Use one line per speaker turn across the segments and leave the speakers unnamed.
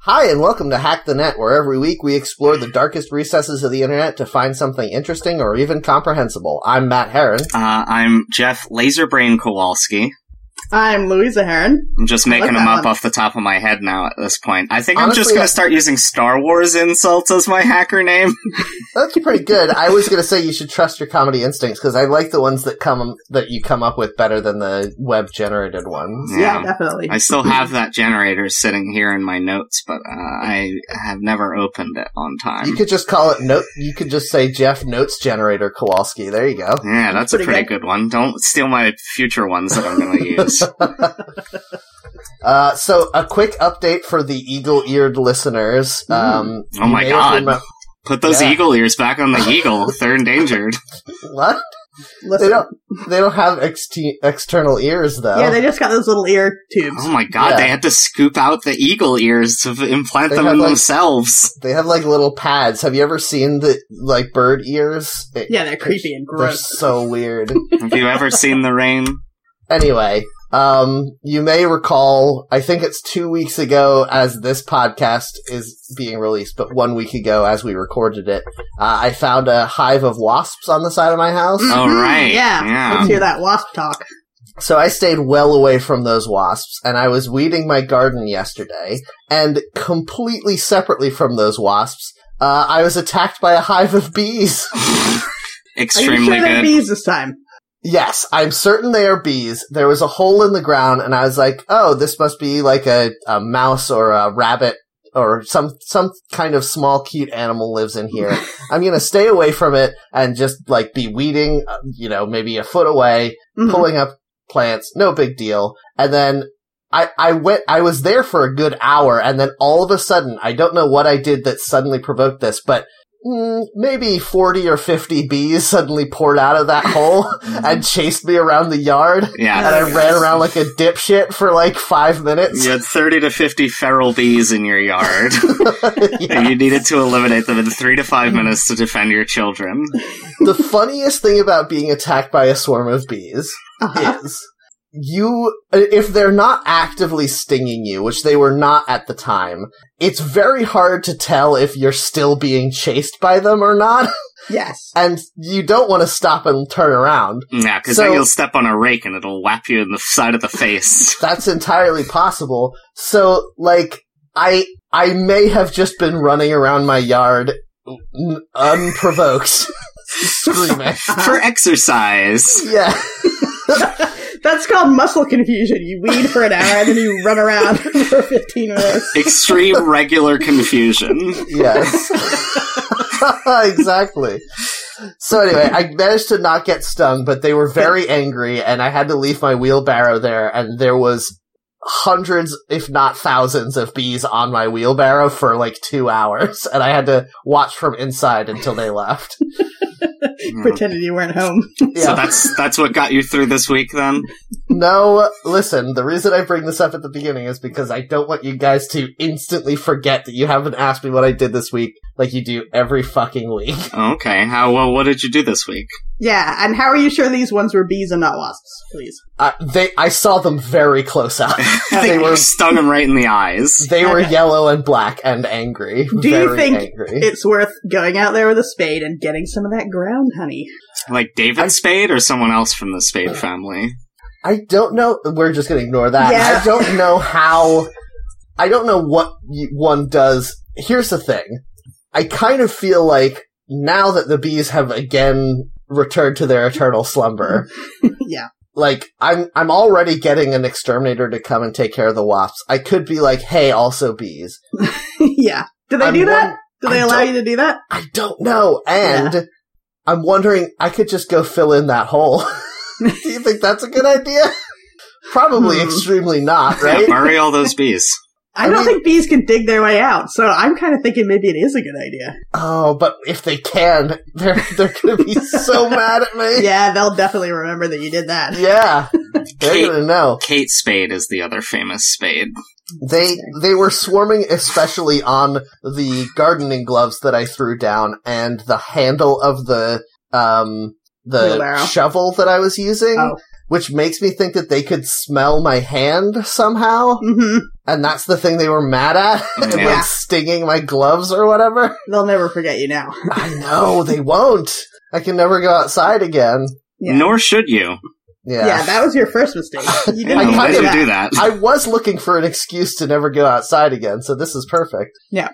Hi, and welcome to Hack the Net, where every week we explore the darkest recesses of the internet to find something interesting or even comprehensible. I'm Matt Heron.
Uh, I'm Jeff Laserbrain Kowalski.
I'm Louisa Heron.
I'm just making
like
them
that
up
one.
off the top of my head now at this point. I think I'm just
Honestly,
going
I-
to start using Star Wars insults as my hacker name.
That's pretty good. I was going to say you should trust your comedy instincts because I like the ones that come that you come up with better than the web generated ones.
Yeah, definitely.
I still have that generator sitting here in my notes, but uh, I have never opened it on time.
You could just call it note. You could just say Jeff Notes Generator Kowalski. There you go.
Yeah, that's a
Pretty
pretty good. one. Don't steal my future ones that I'm going to use.
Uh, so a quick update for the eagle-eared listeners. Um,
Oh
you
my
may
God.
remem-
Put those
Yeah.
eagle ears back on the eagle. They're endangered.
what? They
Listen.
don't. They don't have ext- external ears though.
Yeah, they just got those little ear tubes.
Oh my God,
Yeah.
they had to scoop out the eagle ears to f- implant
They
them
have,
in
like-
themselves.
They have like little pads. Have you ever seen the like bird ears? It-
Yeah, they're creepy and
They're
gross.
so weird.
Have you ever seen the rain?
anyway, um, you may recall, I think it's two weeks ago as this podcast is being released, but one week ago as we recorded it, uh, I found a hive of wasps on the side of my house.
Mm.
Oh,
Mhm,
right.
yeah. Let's
Yeah.
hear that wasp talk.
So I stayed well away from those wasps, and I was weeding my garden yesterday, and completely separately from those wasps, uh, I was attacked by a hive of bees.
Are you
Extremely
sure
good.
they're bees this time?
Yes, I'm certain they are bees. There was a hole in the ground, and I was like, "Oh, this must be like a, a mouse or a rabbit or some some kind of small cute animal lives in here." I'm gonna stay away from it and just like be weeding, uh, you know, maybe a foot away,
Mhm.
pulling up plants, no big deal. And then I I went, I was there for a good hour, and then all of a sudden, I don't know what I did that suddenly provoked this, but. mm, Maybe 40 or 50 bees suddenly poured out of that hole and chased me around the yard.
yeah.
And I ran around like a dipshit for like five minutes.
You had 30 to 50 feral bees in your yard.
Yeah.
and you needed to eliminate them in three to five minutes to defend your children.
The funniest thing about being attacked by a swarm of bees
Uh-huh.
is you, if they're not actively stinging you, which they were not at the time, it's very hard to tell if you're still being chased by them or not.
Yes.
And you don't want to stop and turn around.
Yeah, because
So-
then you'll step on a rake and it'll whap you in the side of the face.
That's entirely possible. So, like, I I may have just been running around my yard n- unprovoked, screaming.
For exercise.
Yeah,
That's called muscle confusion. You weed for an hour and then you run around for 15 minutes.
Extreme regular confusion.
yes, exactly. So anyway, I managed to not get stung, but they were very angry, and I had to leave my wheelbarrow there, and there was hundreds, if not thousands, of bees on my wheelbarrow for like two hours, and I had to watch from inside until they left.
Pretended you weren't home.
So
Yeah.
that's that's what got you through this week then?
No, listen, the reason I bring this up at the beginning is because I don't want you guys to instantly forget that you haven't asked me what I did this week like you do every fucking week.
Okay. How well what did you do this week?
Yeah, and how are you sure these ones were bees and not wasps, please?
Uh, they I saw them very close up.
I
They
think
were-
you stung him right in the eyes.
They were
Okay.
yellow and black and angry.
Do you
Very
think
angry.
It's worth going out there with a spade and getting some of that ground honey.
Like David Spade or someone else from the Spade family?
I don't know. We're just going to ignore that.
Yeah.
I don't know how. I don't know what y- one does. Here's the thing. I kind of feel like now that the bees have again returned to their eternal slumber.
Yeah.
Like I'm, I'm already getting an exterminator to come and take care of the wasps. I could be like, "Hey, also bees."
yeah. Do they
I'm
do that?
won-
Do they
I
allow
don't-
you to do that?
I don't know. And I'm wondering, I could just go fill in that hole. Do you think that's a good idea? Probably
Hmm.
extremely not,
Yeah,
right?
bury all those bees.
I,
I
don't
mean-
think bees can dig their way out, so I'm kind of thinking maybe it is a good idea.
Oh, but if they can, they're they're gonna be so mad at me.
Yeah, they'll definitely remember that you did that.
Yeah. They're gonna know.
Kate Spade is the other famous Spade.
They they were swarming especially on the gardening gloves that I threw down and the handle of the um the
Wheelbarrow.
shovel that I was using.
Oh.
which makes me think that they could smell my hand somehow,
hmm
and that's the thing they were mad at,
Yeah.
like stinging my gloves or whatever.
They'll never forget you now.
I know they won't. I can never go outside again.
Yeah.
Nor should you.
Yeah.
Yeah. that was your first mistake. You
You
I kinda-
didn't
know,
do
should
that.
do that.
I was looking for an excuse to never go outside again, so this is perfect.
Yeah.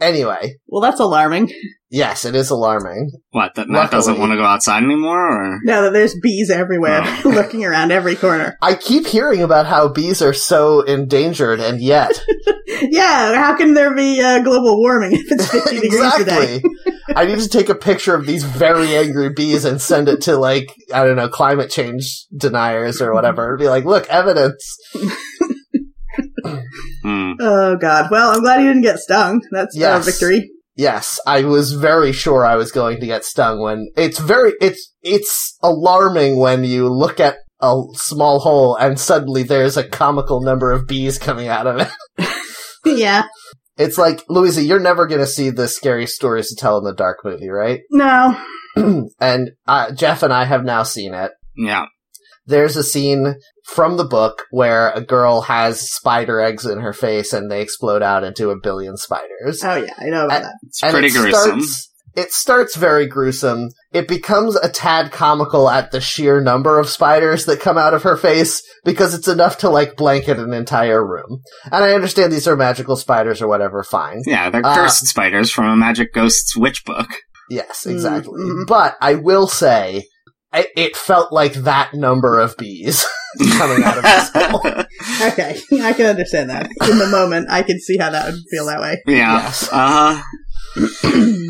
Anyway,
Well, that's alarming.
yes, it is alarming.
What? That Matt doesn't
Luckily.
want to go outside anymore, or
Now that there's bees everywhere,
Oh.
looking around every corner.
I keep hearing about how bees are so endangered, and yet
Yeah, how can there be uh, global warming if it's 50 degrees today?
exactly. I need to take a picture of these very angry bees and send it to like I don't know climate change deniers or whatever. Be like, look, evidence.
Hmm.
Oh god. Well, I'm glad you didn't get stung. That's a
Yes.
victory.
Yes, I was very sure I was going to get stung when it's very it's it's alarming when you look at a small hole and suddenly there's a comical number of bees coming out of it.
yeah.
It's like Louisa, you're never going to see the scary stories to tell in the dark movie, right?
No.
and uh, Jeff and I have now seen it.
yeah.
there's a scene from the book where a girl has spider eggs in her face and they explode out into a billion spiders.
Oh yeah, I know about
Uh,
that.
It's
And
pretty
it
gruesome.
Starts, it starts very gruesome. It becomes a tad comical at the sheer number of spiders that come out of her face because it's enough to like blanket an entire room. And I understand these are magical spiders or whatever, fine.
Yeah, they're
Uh,
cursed spiders from a magic ghost's witch book.
Yes,
Mm,
exactly.
mhm.
But I will say, it, it felt like that number of bees coming out of this hole.
Okay, I can understand that. In the moment, I can see how that would feel that way.
yeah.
Yes.
Uh huh.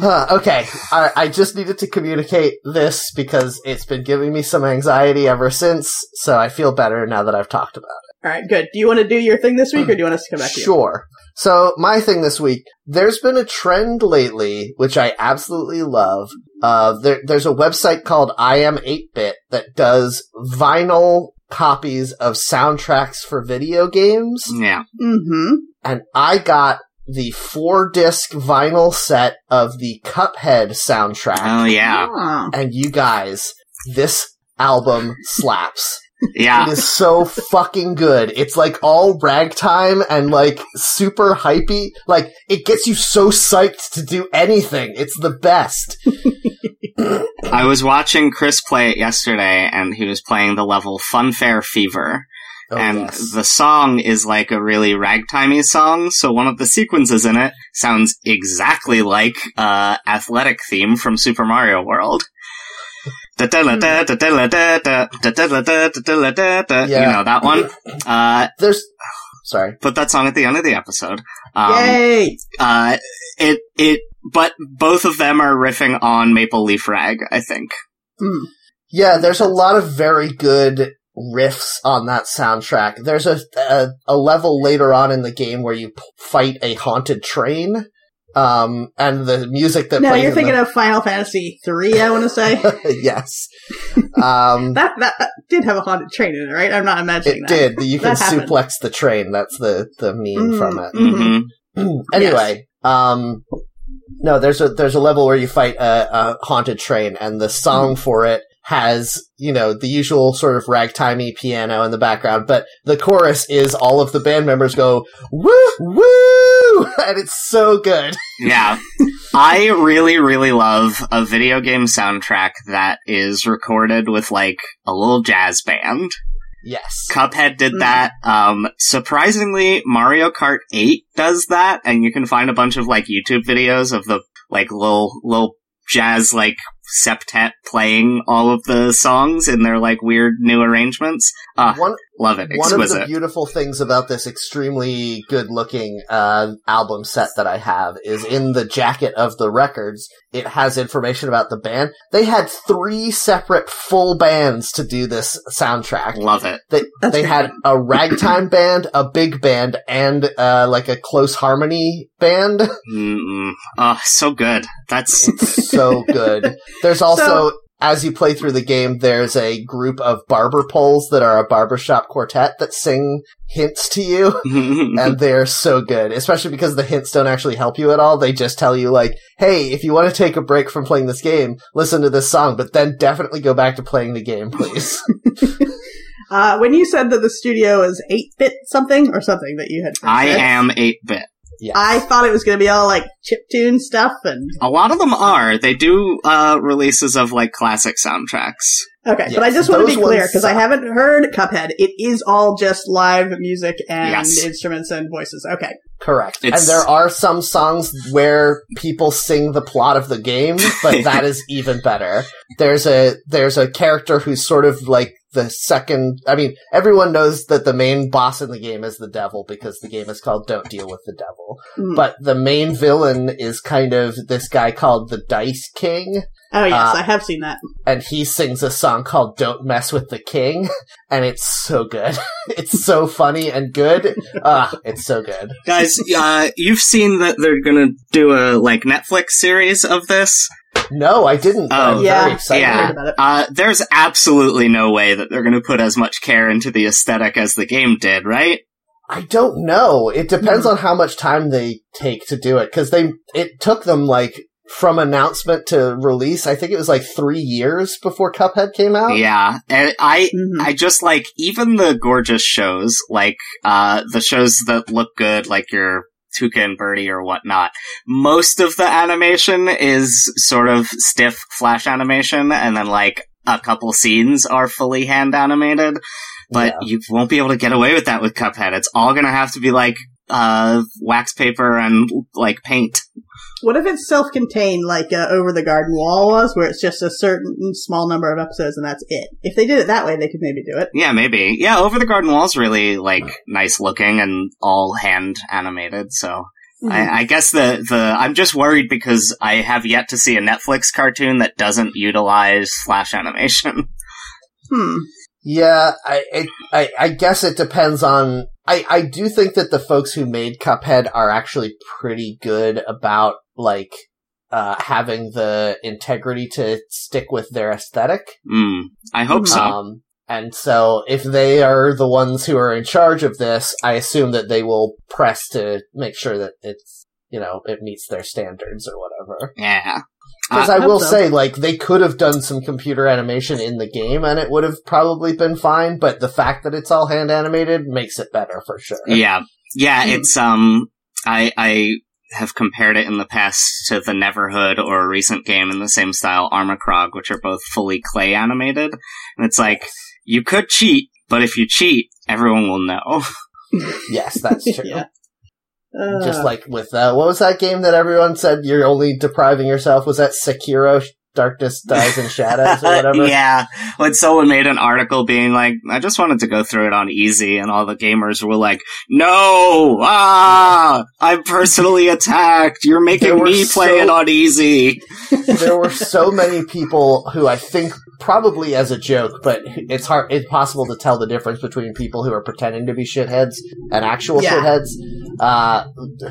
Huh, okay, I, I just needed to communicate this because it's been giving me some anxiety ever since, so I feel better now that I've talked about
All right, good. Do you want to do your thing this week, or do you want us to come
it.
back to you?
Sure. So, my thing this week, there's been a trend lately, which I absolutely love. Uh, there, there's a website called I Am 8-Bit that does vinyl copies of soundtracks for video games.
Yeah.
Mm-hmm.
and I got the four disc vinyl set of the Cuphead soundtrack.
Oh yeah.
And you guys, this album slaps. it
Yeah.
is so fucking good. It's like all ragtime and like super hypey. Like it gets you so psyched to do anything. It's the best.
I was watching Chris play it yesterday, and he was playing the level Funfair Fever.
Oh,
and
yes.
the song is like a really ragtimey song. So one of the sequences in it sounds exactly like uh, athletic theme from Super Mario World. Da-da-la-da, da-da-la-da-da, da-da-la-da-da-da-da-da. You
Yeah.
know that one. Uh,
There's sorry.
put that song at the end of the episode. Um,
Yay!
uh, it it, but both of them are riffing on Maple Leaf Rag. I think.
Mm.
Yeah, there's a lot of very good riffs on that soundtrack. There's a a, a level later on in the game where you p- fight a haunted train, um, and the music that
No,
plays
you're
in
thinking
the-
of Final Fantasy three. I want to say that,
yes, um,
that that did have a haunted train in it, right? I'm not imagining
it
that.
did. You can
That happened.
suplex the train. That's the the meme
Mm.
from it.
hmm
Mhm.
anyway, um, no, there's a there's a level where you fight a, a haunted train, and the song for it has you know the usual sort of ragtimey piano in the background, but the chorus is all of the band members go woo woo, and it's so good.
Yeah. I really, really love a video game soundtrack that is recorded with like a little jazz band.
Yes,
Cuphead did
Mm.
that. Um, surprisingly, Mario Kart 8 does that, and you can find a bunch of like YouTube videos of the like little, little jazz like septet playing all of the songs in their like weird new arrangements. Ah,
one
love it.
one of the
Exquisite.
beautiful things about this extremely good looking uh, album set that I have is in the jacket of the records, it has information about the band. They had three separate full bands to do this soundtrack.
Love it.
They,
That's
they
pretty
had a ragtime band, a big band, and uh, like a close harmony band.
Mm-mm. Oh, so good. That's
It's so good. There's also. as you play through the game, there's a group of barber poles that are a barbershop quartet that sing hints to you. and they're so good, especially because the hints don't actually help you at all. They just tell you like, "Hey, if you want to take a break from playing this game, listen to this song, but then definitely go back to playing the game, please."
Uh, when you said that the studio is 8 bit something or something that you had. first
I
said,
am 8 bit.
Yes.
I thought it was going to be all like chiptune stuff and.
A lot of them are. They do uh, releases of like classic soundtracks.
Okay,
Yes,
but I just want to
those
be clear
ones
because I
suck.
haven't heard Cuphead. It is all just live music and
Yes.
instruments and voices. Okay.
Correct.
It's-
And there are some songs where people sing the plot of the game, but that is even better. There's a there's a character who's sort of like the second I mean, everyone knows that the main boss in the game is the devil because the game is called Don't Deal with the Devil.
Mm.
But the main villain is kind of this guy called the Dice King,
oh, yes,
uh,
I have seen that.
and he sings a song called Don't Mess with the King, and it's so good. it's so funny and good. Ah, it's so good.
Guys, uh, you've seen that they're gonna do a like Netflix series of this.
No, I didn't. but
Oh.
I'm
Um, Yeah,
very excited.
I
yeah.
heard about it.
Uh, there's absolutely no way that they're gonna put as much care into the aesthetic as the game did, right?
I don't know. It depends on how much time they take to do it because they it took them like from announcement to release. I think it was like three years before Cuphead came out.
Yeah, and I
Mhm.
I just like even the gorgeous shows, like uh the shows that look good, like your Tuca and Birdie or whatnot. Most of the animation is sort of stiff flash animation, and then like a couple scenes are fully hand animated. But
Yeah.
you won't be able to get away with that with Cuphead. It's all gonna have to be like uh wax paper and like paint.
What if it's self-contained, like uh, Over the Garden Wall was, where it's just a certain small number of episodes and that's it? If they did it that way, they could maybe do it.
Yeah, maybe. Yeah, Over the Garden Wall's really like nice looking and all hand animated, so I, I guess the, the I'm just worried because I have yet to see a Netflix cartoon that doesn't utilize flash animation.
hmm.
Yeah, I, it, I I guess it depends on. I I do think that the folks who made Cuphead are actually pretty good about like uh having the integrity to stick with their aesthetic.
Hmm. I hope so.
Um, and so if they are the ones who are in charge of this, I assume that they will press to make sure that it's, you know, it meets their standards or whatever.
Yeah.
Because
I
I,
hope
will
so.
say, like, they could have done some computer animation in the game and it would have probably been fine, but the fact that it's all hand animated makes it better for sure.
Yeah. Yeah,
Hmm.
it's um I I have compared it in the past to the Neverhood or a recent game in the same style, Armacrog, which are both fully clay animated. And it's like you could cheat, but if you cheat, everyone will know.
Yes, that's true.
Yeah. Uh,
Just like with, uh, what was that game that everyone said you're only depriving yourself? Was that Sekiro? Darkness dies in shadows, or whatever.
yeah. When someone made an article being like, I just wanted to go through it on easy, and all the gamers were like, No! Ah! I'm personally attacked! You're
They
making
were
me play
so-
it on easy!
there were so many people who I think probably as a joke, but it's hard, it's possible to tell the difference between people who are pretending to be shitheads and actual
Yeah.
shitheads, uh,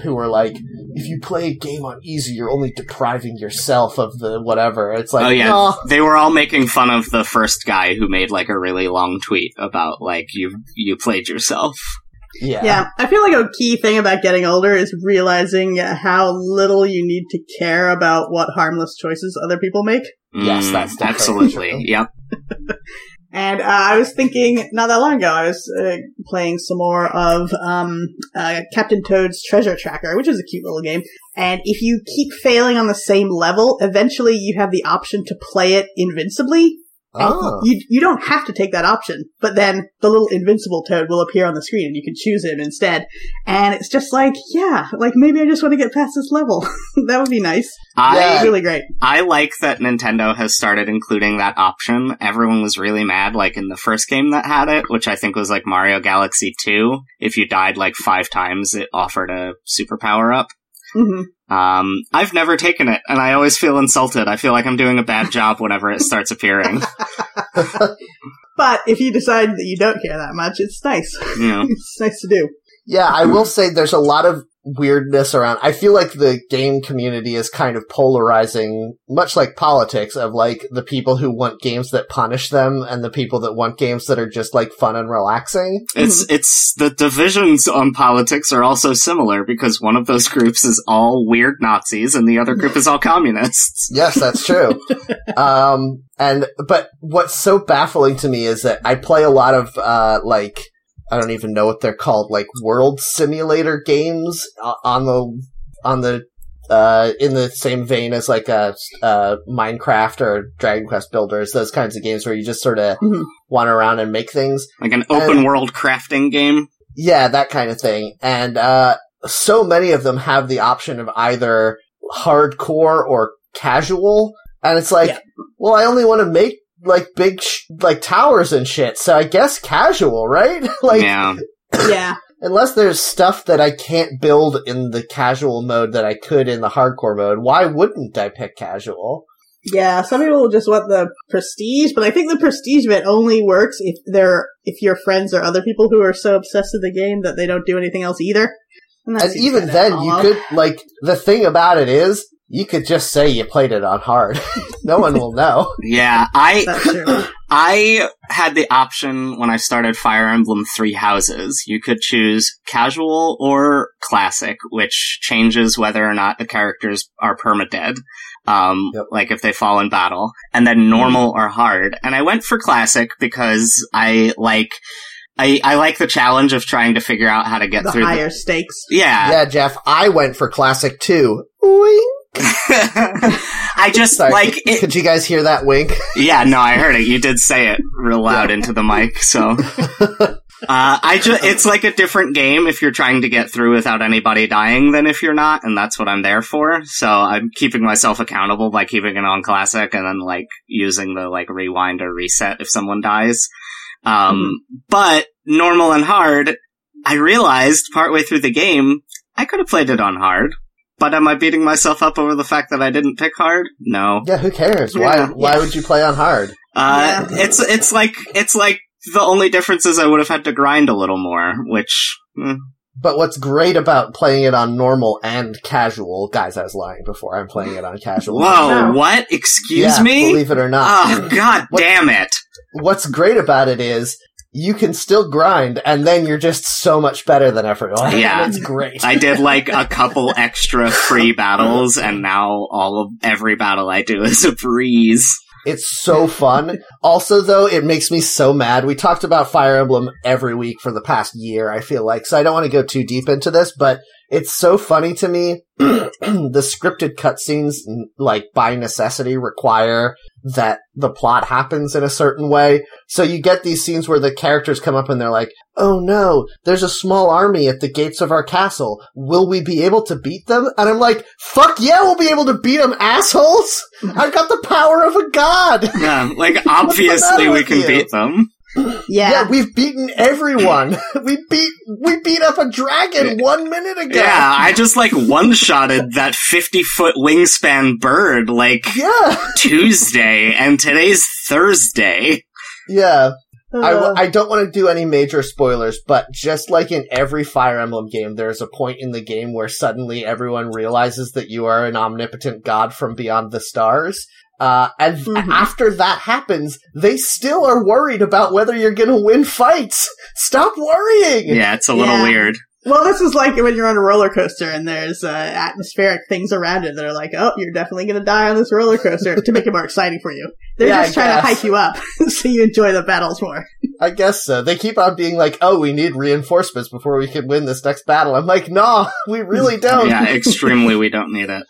who were like, if you play a game on easy, you're only depriving yourself of the whatever. It's like,
oh, yeah.
"Nah,
They were all making fun of the first guy who made like a really long tweet about like, you, you played yourself.
yeah,
yeah, I feel like a key thing about getting older is realizing uh, how little you need to care about what harmless choices other people make.
Yes,
Mm,
that's definitely
absolutely.
true.
Yep.
And uh, I was thinking not that long ago, I was uh, playing some more of um, uh, Captain Toad's Treasure Tracker, which is a cute little game. And if you keep failing on the same level, eventually you have the option to play it invincibly. And
Oh,
You, you don't have to take that option, but then the little invincible toad will appear on the screen and you can choose him instead. And it's just like, yeah, like maybe I just want to get past this level. that would be nice.
I
Yeah.
It's really great.
I like that Nintendo has started including that option. Everyone was really mad, like in the first game that had it, which I think was like Mario Galaxy 2. If you died like five times, it offered a superpower up.
hmm
Um, I've never taken it, and I always feel insulted. I feel like I'm doing a bad job whenever it starts appearing.
But if you decide that you don't care that much, it's nice.
You know.
it's nice to do.
yeah. I will say there's a lot of weirdness around. I feel like the game community is kind of polarizing, much like politics, of like the people who want games that punish them and the people that want games that are just like fun and relaxing.
It's it's the divisions on politics are also similar because one of those groups is all weird Nazis and the other group is all communists.
Yes, that's true. um, and but what's so baffling to me is that I play a lot of uh, like I don't even know what they're called, like world simulator games o- on the on the uh, in the same vein as like a, uh Minecraft or Dragon Quest Builders, those kinds of games where you just sort of
Mhm.
wander around and make things.
Like an open world crafting game.
Yeah, that kind of thing. And uh, so many of them have the option of either hardcore or casual. And it's like,
Yeah.
well, I only want to make like big, sh- like towers and shit. So I guess casual, right? like,
yeah.
yeah.
unless there's stuff that I can't build in the casual mode that I could in the hardcore mode, why wouldn't I pick casual?
Yeah, some people just want the prestige, but I think the prestige bit only works if they're if your friends or other people who are so obsessed with the game that they don't do anything else either. that
And
seems
even
kinda
then, you
hollow.
could, like, the thing about it is, you could just say you played it on hard. no one will know.
Yeah. I
That's true.
I had the option when I started Fire Emblem Three Houses. You could choose casual or classic, which changes whether or not the characters are permadead. Um,
Yep.
like if they fall in battle, and then normal or hard. And I went for classic because I like, I, I like the challenge of trying to figure out how to get
The
through.
higher stakes.
The, yeah,
Yeah, Jeff, I went for classic too. Wink.
I just
Sorry.
like it.
Could you guys hear that wink?
Yeah, no, I heard it. You did say it real loud into the mic, so. Uh, I just, it's like a different game if you're trying to get through without anybody dying than if you're not, and that's what I'm there for. So I'm keeping myself accountable by keeping it on classic and then like using the like rewind or reset if someone dies. Um, but normal and hard, I realized partway through the game, I could have played it on hard. But am I beating myself up over the fact that I didn't pick hard? No.
Yeah, who cares? Why?
Yeah.
Why would you play on hard?
Uh,
Yeah.
it's it's like it's like the only difference is I would have had to grind a little more, which mm,
But what's great about playing it on normal and casual, guys, I was lying before. I'm playing it on casual.
whoa,
No.
what? Excuse
Yeah,
me?
Believe it or not.
Oh god
What-
damn it.
what's great about it is you can still grind, and then you're just so much better than everyone.
Yeah.
it's great.
I did like a couple extra free battles and now all of every battle I do is a breeze.
It's so fun. Also, though, it makes me so mad. We talked about Fire Emblem every week for the past year, I feel like, so I don't want to go too deep into this, but it's so funny to me. the scripted cutscenes, n- like, by necessity require that the plot happens in a certain way. So you get these scenes where the characters come up and they're like, oh no, there's a small army at the gates of our castle. Will we be able to beat them? And I'm like, fuck yeah, we'll be able to beat them, assholes! I've got the power of a god!
Yeah, like
matter
obviously we
with
can
you?
beat them.
Yeah,
Yeah.
we've beaten everyone. we beat we beat up a dragon one minute ago.
Yeah, I just like one-shotted that 50-foot wingspan bird like
Yeah.
Tuesday and today's Thursday.
Yeah. I, w-
Uh,
I don't want to do any major spoilers, but just like in every Fire Emblem game, there's a point in the game where suddenly everyone realizes that you are an omnipotent god from beyond the stars. Uh, and
Mhm.
after that happens, they still are worried about whether you're going to win fights. Stop worrying.
Yeah, it's a little
Yeah.
weird.
well, this is like when you're on a roller coaster and there's uh, atmospheric things around it that are like, oh, you're definitely going to die on this roller coaster to make it more exciting for you. They're
Yeah,
just
I
trying to
guess.
hype you up so you enjoy the battles more.
I guess so. They keep on being like, "Oh, we need reinforcements before we can win this next battle." I'm like, "Nah, we really don't."
Yeah, extremely. We don't need it.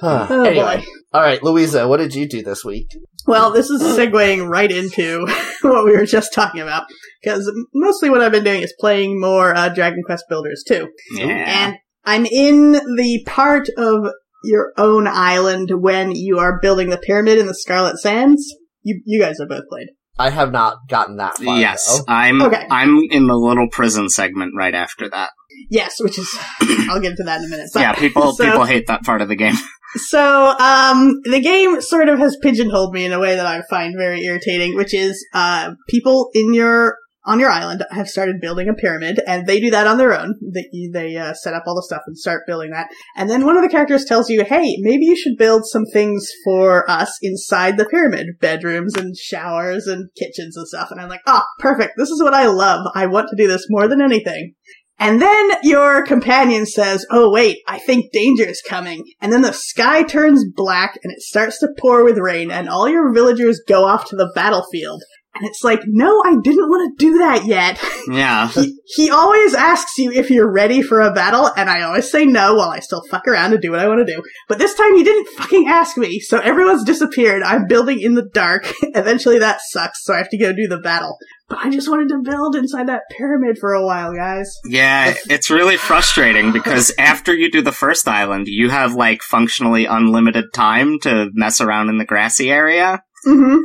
Huh.
Oh,
anyway,
boy.
all right, Louisa, what did you do this week?
Well, this is segueing right into what we were just talking about. Because mostly what I've been doing is playing more uh, Dragon Quest Builders too.
Yeah,
And I'm in the part of your own island when you are building the pyramid in the Scarlet Sands. You, you guys have both played.
I have not gotten that far.
yes,
though.
I'm.
Okay.
I'm in the little prison segment right after that.
Yes, which is, I'll get into that in a minute. So-
yeah, people
so-
people hate that part of the game.
So, um, the game sort of has pigeonholed me in a way that I find very irritating, which is, uh, people in your on your island have started building a pyramid, and they do that on their own. They they uh, set up all the stuff and start building that, and then one of the characters tells you, "Hey, maybe you should build some things for us inside the pyramid: bedrooms and showers and kitchens and stuff." And I'm like, "Ah, perfect! This is what I love. I want to do this more than anything." And then your companion says, Oh wait, I think danger is coming. And then the sky turns black and it starts to pour with rain and all your villagers go off to the battlefield. And it's like, no, I didn't want to do that yet.
Yeah.
he, he always asks you if you're ready for a battle and I always say no while I still fuck around and do what I want to do. But this time you didn't fucking ask me. So everyone's disappeared. I'm building in the dark. Eventually that sucks. So I have to go do the battle. But I just wanted to build inside that pyramid for a while, guys.
Yeah, it's really frustrating because after you do the first island, you have like functionally unlimited time to mess around in the grassy area.
Mm-hmm.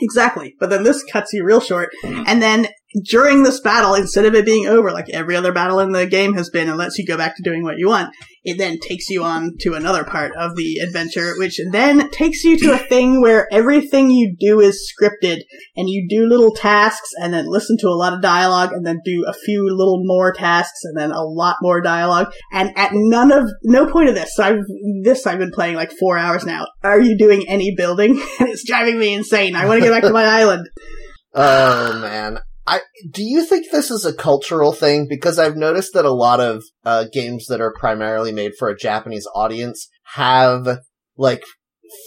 Exactly. But then this cuts you real short. And then during this battle, instead of it being over like every other battle in the game has been and lets you go back to doing what you want, it then takes you on to another part of the adventure, which then takes you to a thing where everything you do is scripted and you do little tasks and then listen to a lot of dialogue and then do a few little more tasks and then a lot more dialogue. And at none of, no point of this, so I've, this I've been playing like four hours now. Are you doing any building? And it's driving me insane. I want to get back to my island.
Oh man. I do you think this is a cultural thing? Because I've noticed that a lot of uh, games that are primarily made for a Japanese audience have like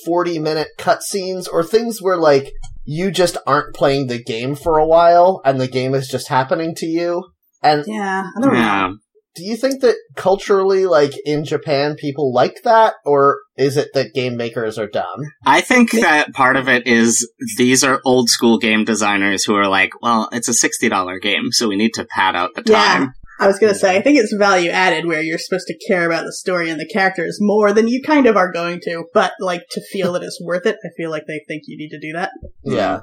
forty minute cutscenes or things where like you just aren't playing the game for a while and the game is just happening to you. And
Yeah. I don't know.
Yeah.
do you think that culturally, like in Japan, people like that, or is it that game makers are dumb?
I think that part of it is these are old school game designers who are like, well, it's a $60 game, so we need to pad out the
Yeah.
time.
I was going to say, I think it's value added where you're supposed to care about the story and the characters more than you kind of are going to, but like to feel that it's worth it, I feel like they think you need to do that.
Yeah.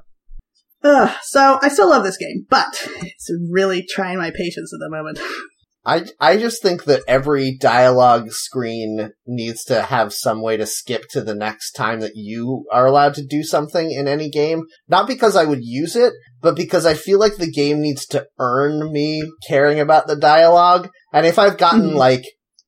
Ugh, so I still love this game, but it's really trying my patience at the moment.
I, I just think that every dialogue screen needs to have some way to skip to the next time that you are allowed to do something in any game. Not because I would use it, but because I feel like the game needs to earn me caring about the dialogue. And if I've gotten
Mhm.
like,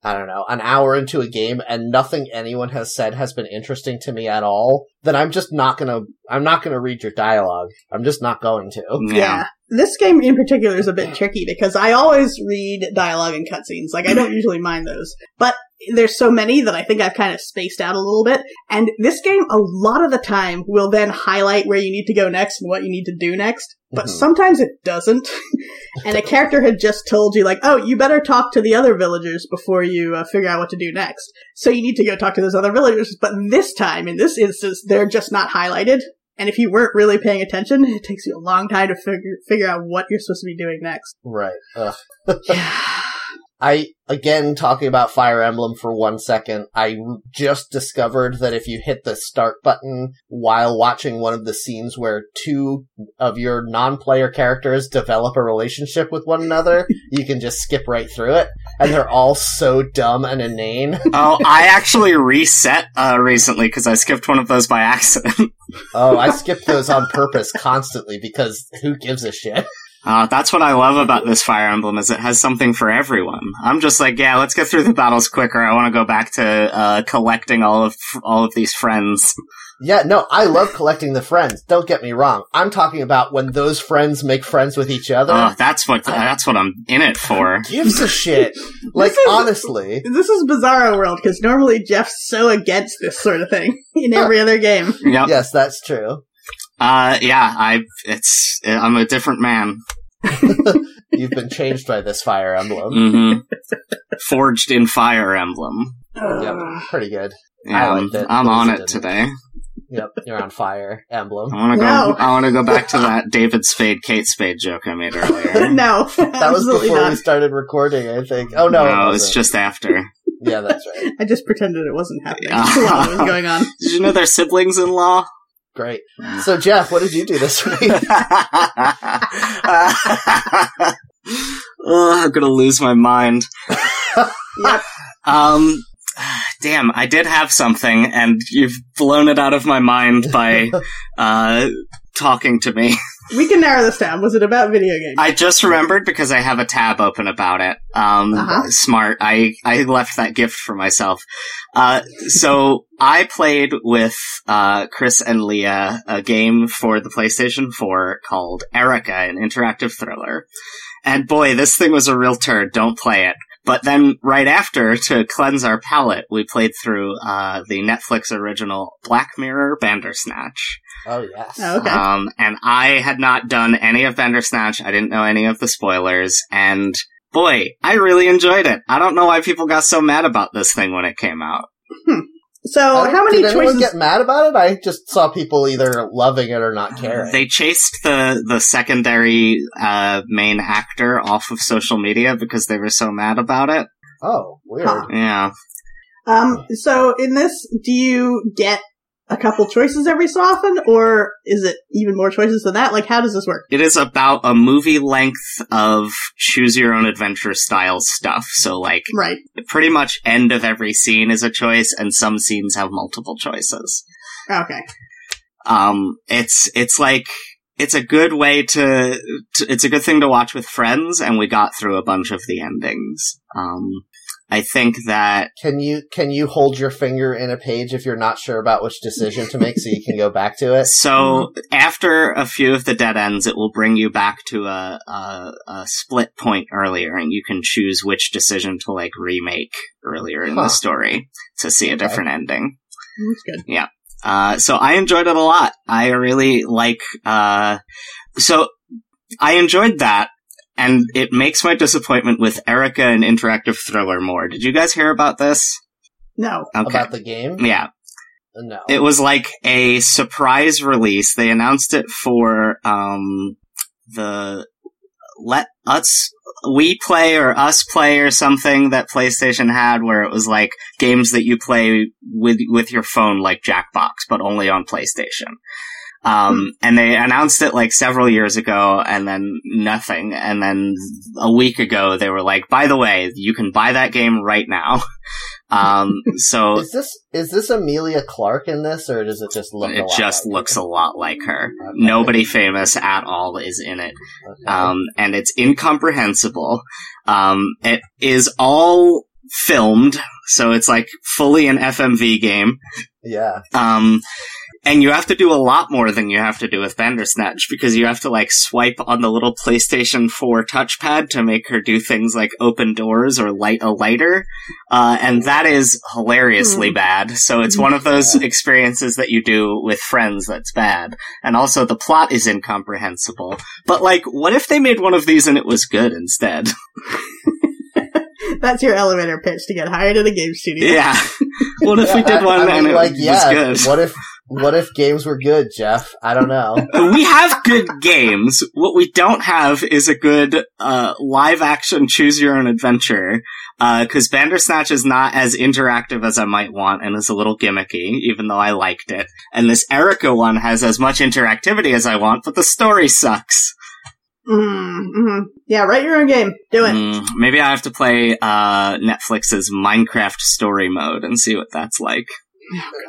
I don't know, an hour into a game and nothing anyone has said has been interesting to me at all, then I'm just not gonna, I'm not gonna read your dialogue. I'm just not going to.
yeah.
This game in particular is a bit tricky because I always read dialogue and cutscenes. Like, I don't usually mind those. But there's so many that I think I've kind of spaced out a little bit. And this game, a lot of the time, will then highlight where you need to go next and what you need to do next. But
Mhm.
sometimes it doesn't. and a character had just told you, like, oh, you better talk to the other villagers before you uh, figure out what to do next. So you need to go talk to those other villagers. But this time, in this instance, they're just not highlighted. And if you weren't really paying attention, it takes you a long time to figure figure out what you're supposed to be doing next.
Right. Ugh.
Yeah.
I again talking about Fire Emblem for one second. I just discovered that if you hit the start button while watching one of the scenes where two of your non-player characters develop a relationship with one another, you can just skip right through it, and they're all so dumb and inane.
oh, I actually reset uh, recently because I skipped one of those by accident.
Oh, I skip those on purpose constantly because who gives a shit?
Uh, that's what I love about this Fire Emblem is it has something for everyone. I'm just like, yeah, let's get through the battles quicker. I want to go back to uh, collecting all of all of these friends.
Yeah, no, I love collecting the friends. Don't get me wrong. I'm talking about when those friends make friends with each other.
Oh, that's what that's what I'm in it for.
gives a shit? Like
This is-
honestly.
This is Bizarro World because normally Jeff's so against this sort of thing in every other game.
Yep.
Yes, that's true.
Uh, yeah. I it's I'm a different man.
You've been changed by this fire emblem.
hmm Forged in Fire Emblem.
Mm.
Yep, pretty good.
Yeah,
I
I'm,
liked it.
I'm on
Yes, it
it
didn't.
today.
Yep, you're on fire emblem.
I want to go.
No.
I want to go back to that David Spade, Kate Spade joke I made earlier.
no,
That was
absolutely
before we
not.
started recording, I think. Oh no, it
it's
wasn't.
just after.
yeah, that's right.
I just pretended it wasn't happening
Yeah.
while it was going on.
Did you know they're siblings in law?
Great.
Mm.
So Jeff, what did you do this week?
Ugh, I'm gonna lose my mind.
Yep.
Um, damn, I did have something, and you've blown it out of my mind by uh, talking to me.
We can narrow this down. Was it about video games?
I just remembered because I have a tab open about it. Um,
Uh-huh.
smart. I, I left that gift for myself. Uh, so I played with, uh, Chris and Leah a game for the PlayStation 4 called Erica, an interactive thriller. And boy, this thing was a real turd. Don't play it. But then right after, to cleanse our palate, we played through, uh, the Netflix original Black Mirror Bandersnatch.
Oh yes.
Oh, okay.
Um, and I had not done any of Bandersnatch. I didn't know any of the spoilers. And boy, I really enjoyed it. I don't know why people got so mad about this thing when it came out.
so
I-
how many
did
choices?
anyone get mad about it? I just saw people either loving it or not caring.
They chased the, the secondary, uh, main actor off of social media because they were so mad about it.
oh, weird.
Huh.
Yeah.
Um, so in this, do you get a couple choices every so often, or is it even more choices than that? Like, how does this work?
It is about a movie length of choose your own adventure style stuff. So like
Right.
pretty much end of every scene is a choice and some scenes have multiple choices.
Okay.
um it's it's like it's a good way to, to it's a good thing to watch with friends and we got through a bunch of the endings um i think that
Can you can you hold your finger in a page if you're not sure about which decision to make, so you can go back to it?
so after a few of the dead ends it will bring you back to a, a a split point earlier and you can choose which decision to like remake earlier in
Huh.
the story to see a
Okay.
different ending
That's good.
Uh, so I enjoyed it a lot. I really like, uh, so I enjoyed that. And it makes my disappointment with Erica and Interactive Thriller more. Did you guys hear about this?
No.
Okay.
About the game?
Yeah.
No.
It was like a surprise release. They announced it for, um, the Let Us, We Play or Us Play or something that PlayStation had where it was like games that you play with, with your phone like Jackbox, but only on PlayStation. Um, and they announced it like several years ago and then nothing. And then a week ago, they were like, by the way, you can buy that game right now. Um, so
Is this is this Amelia Clark in this, or does it just look? Uh, a
it
lot
just
like
looks
her?
a lot like her.
Okay.
Nobody famous at all is in it.
Okay.
Um, and it's incomprehensible. Um, it is all filmed. So it's like fully an FMV game.
yeah.
Um, and you have to do a lot more than you have to do with Bandersnatch because you have to like swipe on the little PlayStation 4 touchpad to make her do things like open doors or light a lighter. Uh, and that is hilariously
Hmm.
bad. So it's one of those experiences that you do with friends that's bad. And also the plot is incomprehensible. But like, what if they made one of these and it was good instead?
That's your elevator pitch to get hired at a game studio.
yeah. what if we
Yeah,
did
I-
one
I mean,
and it
like,
was
yeah,
good?
What if what if games were good, Jeff? I don't know.
we have good games. What we don't have is a good uh, live action choose your own adventure. Because Bandersnatch is not as interactive as I might want and is a little gimmicky, even though I liked it. And this Erica one has as much interactivity as I want, but the story sucks.
Mm, hmm Yeah. Write your own game. Do it.
Mm-hmm.
Mm, maybe I have to play uh, Netflix's Minecraft story mode and see what that's like.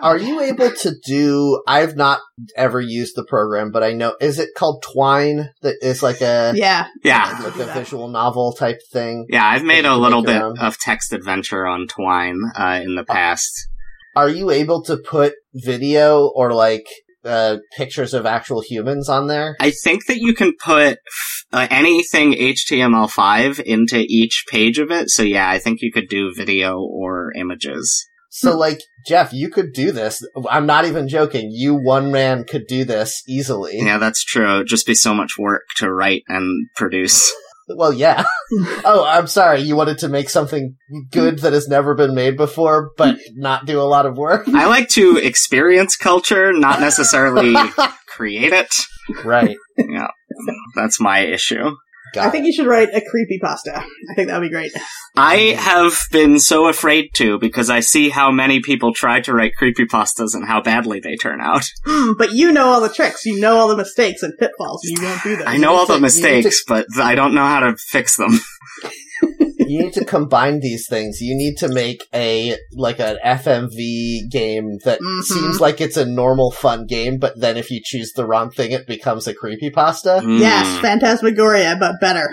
Are you able to do? I've not ever used the program, but I know. Is it called Twine? That is like a
Yeah.
Yeah.
like a visual novel type thing.
Yeah, I've made
You
a
can
little
make
bit
your own.
of text adventure on Twine uh, in the past.
Are you able to put video or like uh, pictures of actual humans on there?
I think that you can put uh, anything HTML5 into each page of it. So yeah, I think you could do video or images.
So,
Hmm.
like, Jeff, you could do this. I'm not even joking. You, one man, could do this easily.
Yeah, that's true. It'd just be so much work to write and produce.
Well, yeah. oh, I'm sorry. You wanted to make something good that has never been made before, but
Hmm.
not do a lot of work?
I like to experience culture, not necessarily create it.
right.
Yeah, that's my issue.
Got
I think you should write a creepy pasta. I think that would be great.
I have been so afraid to because I see how many people try to write creepypastas and how badly they turn out.
Mm, but you know all the tricks. You know all the mistakes and pitfalls. You don't do those.
I know all the
You need to- you need to-
mistakes, but I don't know how to fix them.
it. you need to combine these things. You need to make a like an FMV game that
Mhm.
seems like it's a normal fun game, but then if you choose the wrong thing, it becomes a creepypasta.
Mm,
Yes, Phantasmagoria, but better.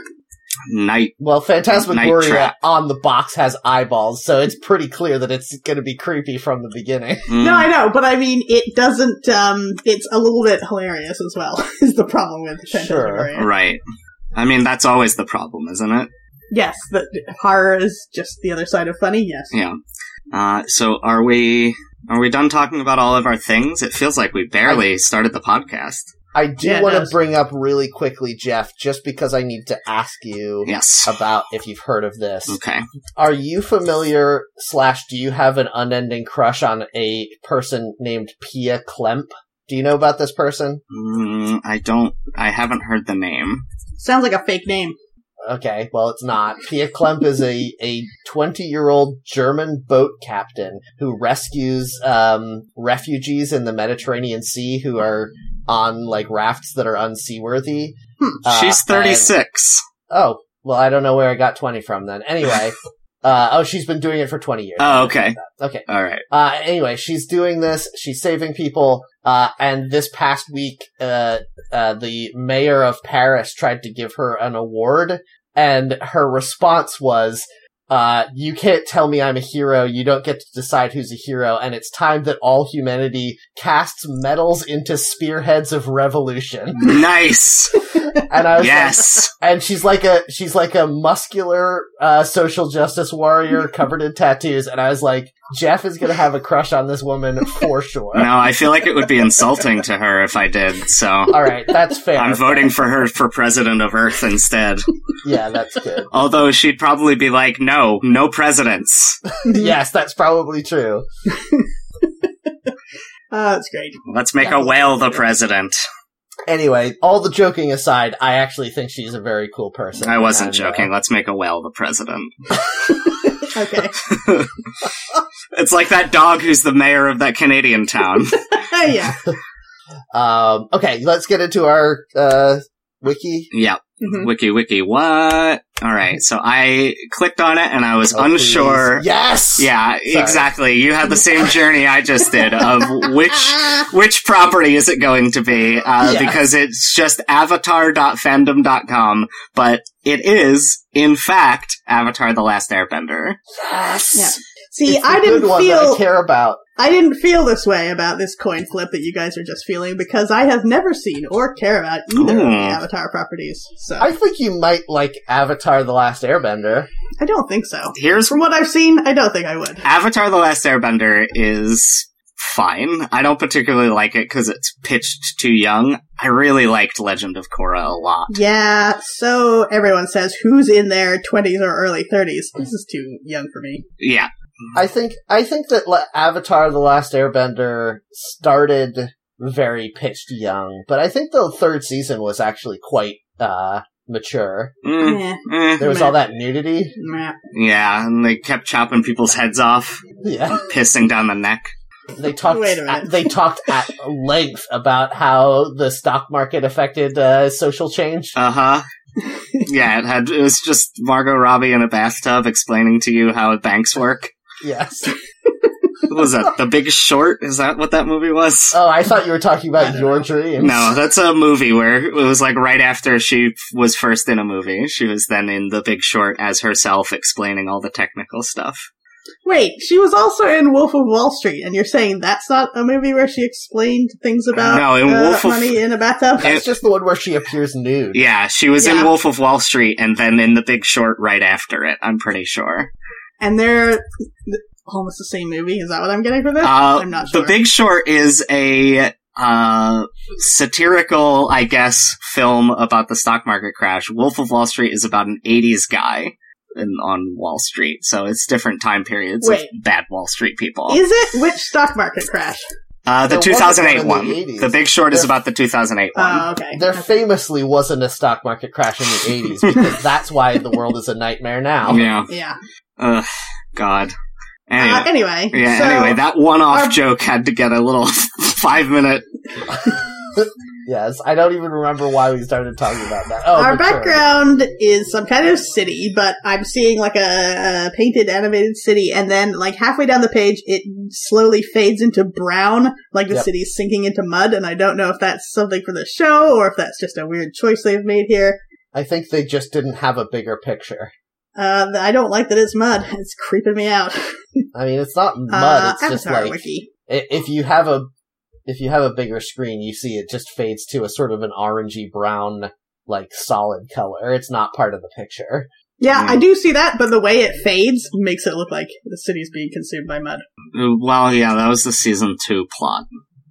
Night.
Well,
Night
Phantasmagoria
Trap.
on the box has eyeballs, so it's pretty clear that it's going to be creepy from the beginning.
Mm.
No, I know, but I mean, it doesn't. Um, it's a little bit hilarious as well. Is the problem with Phantasmagoria?
Mm, Right. I mean, that's always the problem, isn't it?
Yes, the horror is just the other side of funny. Yes.
Yeah. Uh, so are we are we done talking about all of our things? It feels like we barely started the podcast.
I do
Yeah, it
want to
does.
bring up really quickly, Jeff, just because I need to ask you
Yes.
about if you've heard of this.
Okay.
Are you familiar slash do you have an unending crush on a person named Pia Klemp? Do you know about this person?
Mm, I don't. I haven't heard the name.
Sounds like a fake name.
Okay, well it's not. Pia Klemp is a a 20-year-old German boat captain who rescues um refugees in the Mediterranean Sea who are on like rafts that are unseaworthy. Uh,
Hmm, She's
and-
36.
Oh, well, I don't know where I got 20 from then. Anyway, uh, oh, she's been doing it for 20 years.
Oh, okay.
Okay.
All right.
Uh, anyway, she's doing this. She's saving people. Uh, and this past week, uh, uh, the mayor of Paris tried to give her an award, and her response was, uh, you can't tell me I'm a hero. You don't get to decide who's a hero. And it's time that all humanity casts medals into spearheads of revolution.
Nice.
And I was like,
yes.
and she's like a she's like a muscular uh, social justice warrior covered in tattoos and i was like jeff is gonna have a crush on this woman for sure
No, I feel like it would be insulting to her if I did. So
all right that's fair
I'm voting for her for president of Earth instead.
yeah that's good
Although she'd probably be like, "No, no presidents."
yes that's probably true
Oh, that's great.
Let's make a whale the president.
anyway all the joking aside i actually think she's a very cool person
I
And,
wasn't
uh,
joking. Let's make a whale the president.
Okay.
It's like that dog who's the mayor of that Canadian town.
Oh, yeah.
um, okay let's get into our uh, wiki
yeah.
Mhm.
Wiki wiki what? All right. So I clicked on it and I was
Oh,
unsure.
please. yes
Yeah,
Sorry.
exactly. You had the same journey I just did of which
Ah,
which property is it going to be? Uh,
Yeah.
Because it's just avatar.fandom.com, but it is, in fact, Avatar The Last Airbender.
yes
Yeah. See,
It's the
I
good
didn't
one that I
feel
care about.
I didn't feel this way about this coin flip that you guys are just feeling because I have never seen or care about either of
Ooh.
the Avatar properties. So
I
I,
think you might like Avatar: The Last Airbender.
don't think so.
Here's
From what I've seen, I don't think I would.
Avatar The Last Airbender is fine. I don't particularly like it because it's pitched too young. I really liked Legend of Korra a lot.
Yeah, so everyone says who's in their 20s or early 30s. This is too young for me.
Yeah.
I think I think that La- Avatar: The Last Airbender started very pitched young, but I think the third season was actually quite uh, mature.
Mm,
Eh,
eh,
There was all that nudity.
meh.
yeah, and they kept chopping people's heads off,
Yeah,
pissing down the neck.
they talked.
Wait a minute.
at, they talked at length about how the stock market affected uh, social change.
Uh huh. yeah, it had. It was just Margot Robbie in a bathtub explaining to you how banks work.
Yes.
What was that? The Big Short? Is that what that movie was?
Oh, I thought you were talking
I
about
don't
your
know.
dreams.
No, that's a movie where it was like right after she was first in a movie. She was then in The Big Short as herself explaining all the technical stuff.
Wait, she was also in Wolf of Wall Street, and you're saying that's not a movie where she explained things about
No, in
uh,
Wolf of-
money in a bathtub?
It-
that's just the one where she appears nude.
Yeah, she was
Yeah.
in Wolf of Wall Street and then in The Big Short right after it, I'm pretty sure.
and they're th- almost the same movie. Is that what I'm getting for this?
Uh,
I'm not
The
sure.
Big Short is a uh, satirical, I guess, film about the stock market crash. Wolf of Wall Street is about an 80s guy in, on Wall Street, so it's different time periods
Wait.
of bad Wall Street people.
is it which stock market crash?
uh, the
There wasn't one in
2008
the
one.
80s.
The Big Short is
There-
about the 2008
Oh,
one.
okay.
There famously wasn't a stock market crash in the 80s because that's why the world is a nightmare now.
Oh.
Yeah.
yeah.
Ugh, God. Anyway.
Uh, anyway,
yeah,
so
anyway, that one off
our-
joke had to get a little five minute
Yes, I don't even remember why we started talking about that. Oh,
Our
mature.
background is some kind of city, but I'm seeing like a, a painted animated city, and then like halfway down the page, it slowly fades into brown, like the
Yep.
city's sinking into mud. And I don't know if that's something for the show or if that's just a weird choice they've made here.
I think they just didn't have a bigger picture.
Uh, I don't like that it's mud; it's creeping me out.
I mean, it's not mud.
uh,
it's just like
Wiki.
i- if you have a if you have a bigger screen, you see it just fades to a sort of an orangey brown, like solid color. It's not part of the picture.
Yeah,
Hmm.
I do see that, but the way it fades makes it look like the city's being consumed by mud.
Well, yeah, that was the season two plot.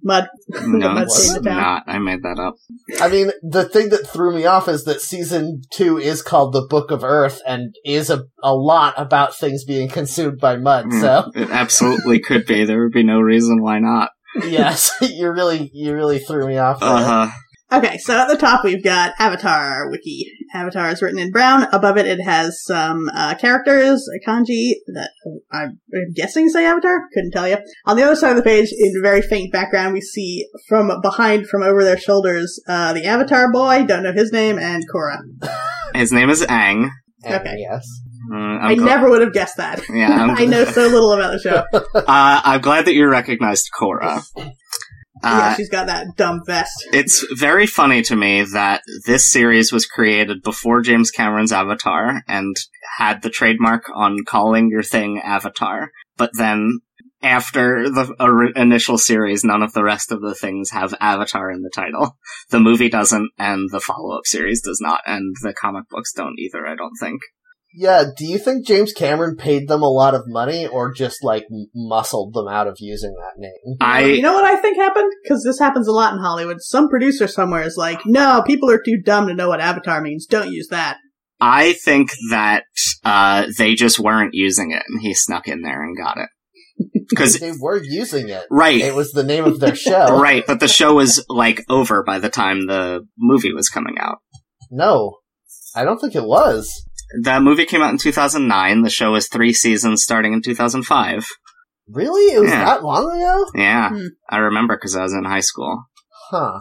Mud.
No,
Mud
it's
stained the town.
not. I made that up.
I mean, the thing that threw me off is that season two is called the Book of Earth and is a a lot about things being consumed by mud.
Mm,
So
It absolutely could be. There would be no reason why not.
yes, you really you really threw me off. there.
Uh huh.
Okay, so at the top we've got Avatar Wiki. Avatar is written in brown. Above it, it has some uh, characters, a kanji that uh, I'm I'm guessing say Avatar. Couldn't tell you. On the other side of the page, in very faint background, we see from behind, from over their shoulders, uh, the Avatar boy. Don't know his name, and Korra.
His name is Aang.
And
okay.
Yes.
Uh,
i
I'm gl-
never would have guessed that.
Yeah, I'm,
I know so little about the show.
uh, I'm glad that you recognized Cora.
yeah,
Uh,
she's got that dumb vest.
it's very funny to me that this series was created before James Cameron's Avatar and had the trademark on calling your thing Avatar, but then after the or- initial series, none of the rest of the things have Avatar in the title. The movie doesn't, and the follow-up series does not, and the comic books don't either. I don't think.
Yeah, do you think James Cameron paid them a lot of money or just like m- muscled them out of using that name?
I
you know what I think happened? Because this happens a lot in Hollywood. Some producer somewhere is like, no, people are too dumb to know what avatar means. Don't use that.
I think that uh, they just weren't using it, and he snuck in there and got it. Because
They were using it.
right,
It was the name of their show.
Oh, right, but the show was like over by the time the movie was coming out.
No, I don't think it was.
The movie came out in 2009. The show was three seasons, starting in 2005.
Really? It was
Yeah.
that long ago?
Yeah,
Hmm.
I remember because I was in high school.
Huh.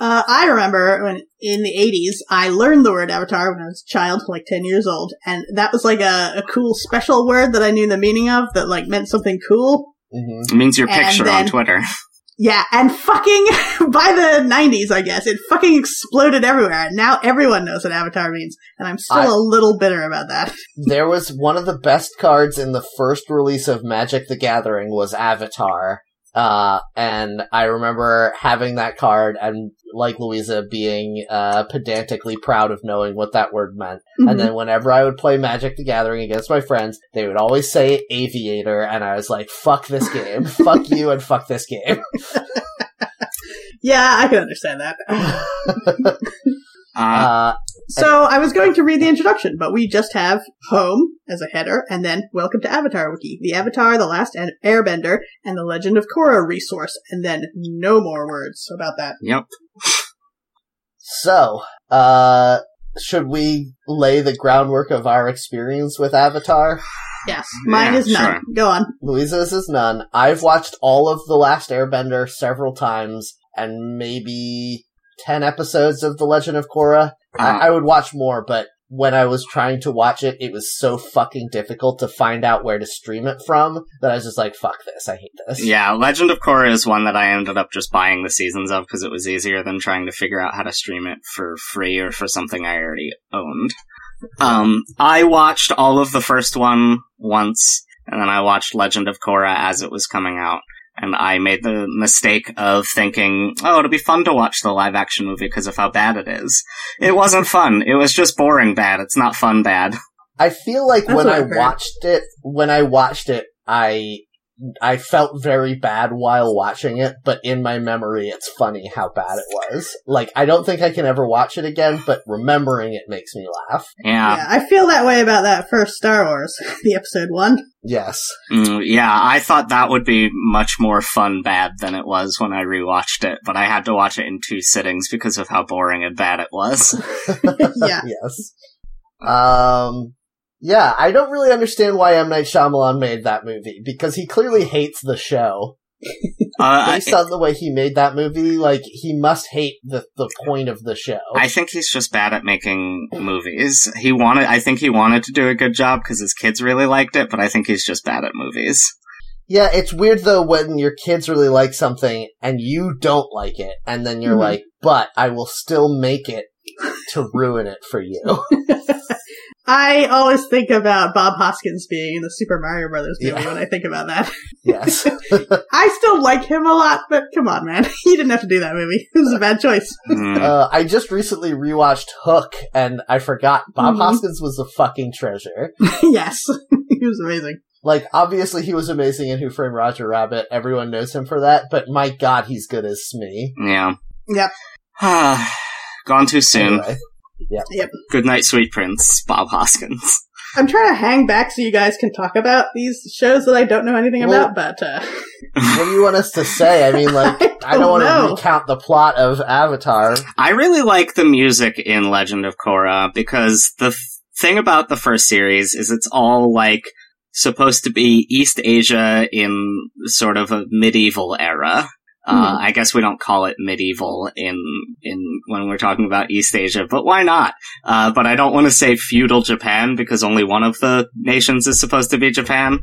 Uh, I remember when in the 80s, I learned the word avatar when I was a child, like 10 years old. And that was like a, a cool special word that I knew the meaning of that like meant something cool.
hmm
It means your
And
picture
then-
on Twitter.
Yeah. And fucking by the 90s, I guess it fucking exploded everywhere. And now everyone knows what avatar means. And I'm still
I-
a little bitter about that.
There was one of the best cards in the first release of Magic the Gathering was Avatar. Uh, and I remember having that card and like Louisa being, uh, pedantically proud of knowing what that word meant.
Mm-hmm.
And then whenever I would play Magic the Gathering against my friends, they would always say aviator, and I was like, fuck this game. fuck you and fuck this game.
yeah, I can understand that.
Uh,
Uh,
So I was going to read the introduction, but we just have home as a header and then welcome to Avatar Wiki, the Avatar, the Last An- Airbender, and the Legend of Korra resource, and then no more words about that.
yep.
so, uh, should we lay the groundwork of our experience with Avatar?
Yes, mine
Yeah,
is none.
sure.
Go on.
Louisa's is none. I've watched all of The Last Airbender several times, and maybe 10 episodes of The Legend of Korra.
Uh,
I, I would watch more, but when I was trying to watch it, it was so fucking difficult to find out where to stream it from that I was just like, fuck this, I hate this.
yeah, Legend of Korra is one that I ended up just buying the seasons of because it was easier than trying to figure out how to stream it for free or for something I already owned. Um, I watched all of the first one once, and then I watched Legend of Korra as it was coming out. And I made the mistake of thinking, oh, it'll be fun to watch the live action movie because of how bad it is. It wasn't fun. It was just boring bad. It's not fun bad.
I feel like
That's
when
what
I
I've heard.
watched it, when I watched it, I, I felt very bad while watching it, but in my memory, it's funny how bad it was. Like, I don't think I can ever watch it again, but remembering it makes me laugh.
Yeah.
yeah, I feel that way about that first Star Wars, the episode one.
Yes.
Mm, yeah, I thought that would be much more fun bad than it was when I rewatched it, but I had to watch it in two sittings because of how boring and bad it was. Uh,
yeah.
yes. Um, yeah, I don't really understand why M. Night Shyamalan made that movie because he clearly hates the show.
Uh,
Based on the way he made that movie, like he must hate the the point of the show.
I think he's just bad at making movies. He wanted, I think he wanted to do a good job because his kids really liked it, but I think he's just bad at movies.
yeah, it's weird though when your kids really like something and you don't like it, and then you're
Mhm.
like, "But I will still make it to ruin it for you."
I always think about Bob Hoskins being in the Super Mario Brothers movie
Yeah.
when I think about that.
yes,
I still like him a lot, but come on, man. You didn't have to do that movie. It was a bad choice.
Mm.
uh, I just recently rewatched Hook, and I forgot Bob
Mhm.
Hoskins was a fucking treasure.
yes. he was amazing.
Like, obviously, he was amazing in Who Framed Roger Rabbit. Everyone knows him for that, but my god, he's good as Smee.
yeah.
Yep.
Gone too soon.
Anyway.
Good night, sweet prince, Bob Hoskins.
I'm trying to hang back so you guys can talk about these shows that I don't know anything
Well-
about, but uh,
what do you want us to say? I mean, like,
Oh,
I don't want to
know.
recount the plot of Avatar.
I really like the music in Legend of Korra because the f- thing about the first series is it's all like supposed to be East Asia in sort of a medieval era. Uh, I guess we don't call it medieval in in when we're talking about East Asia, but why not? Uh, but I don't want to say feudal Japan because only one of the nations is supposed to be Japan.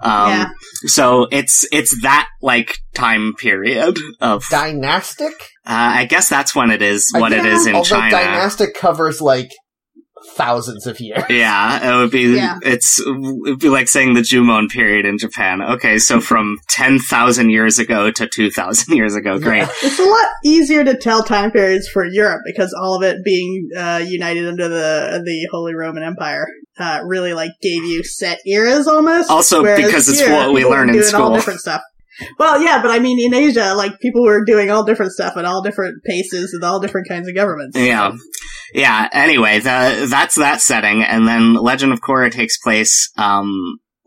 Um,
Yeah.
So it's it's that like time period of
Dynastic?
uh, I guess that's when it is
I
what it
think-
is in
Although
China.
Dynastic covers, like, thousands of years.
yeah, it would be
Yeah.
it's it'd be like saying the Jumon period in Japan. Okay, so from ten thousand years ago to two thousand years ago. Great.
Yeah.
it's a lot easier to tell time periods for Europe because all of it being uh, united under the the Holy Roman Empire uh, really like gave you set eras almost.
Also,
Whereas
because it's
here,
what we
people were
learn in
doing
school.
All different stuff. Well, yeah, but I mean, in Asia, like people were doing all different stuff at all different paces with all different kinds of governments.
Yeah. Yeah. Anyway, the, that's that setting. And then Legend of Korra takes place, um,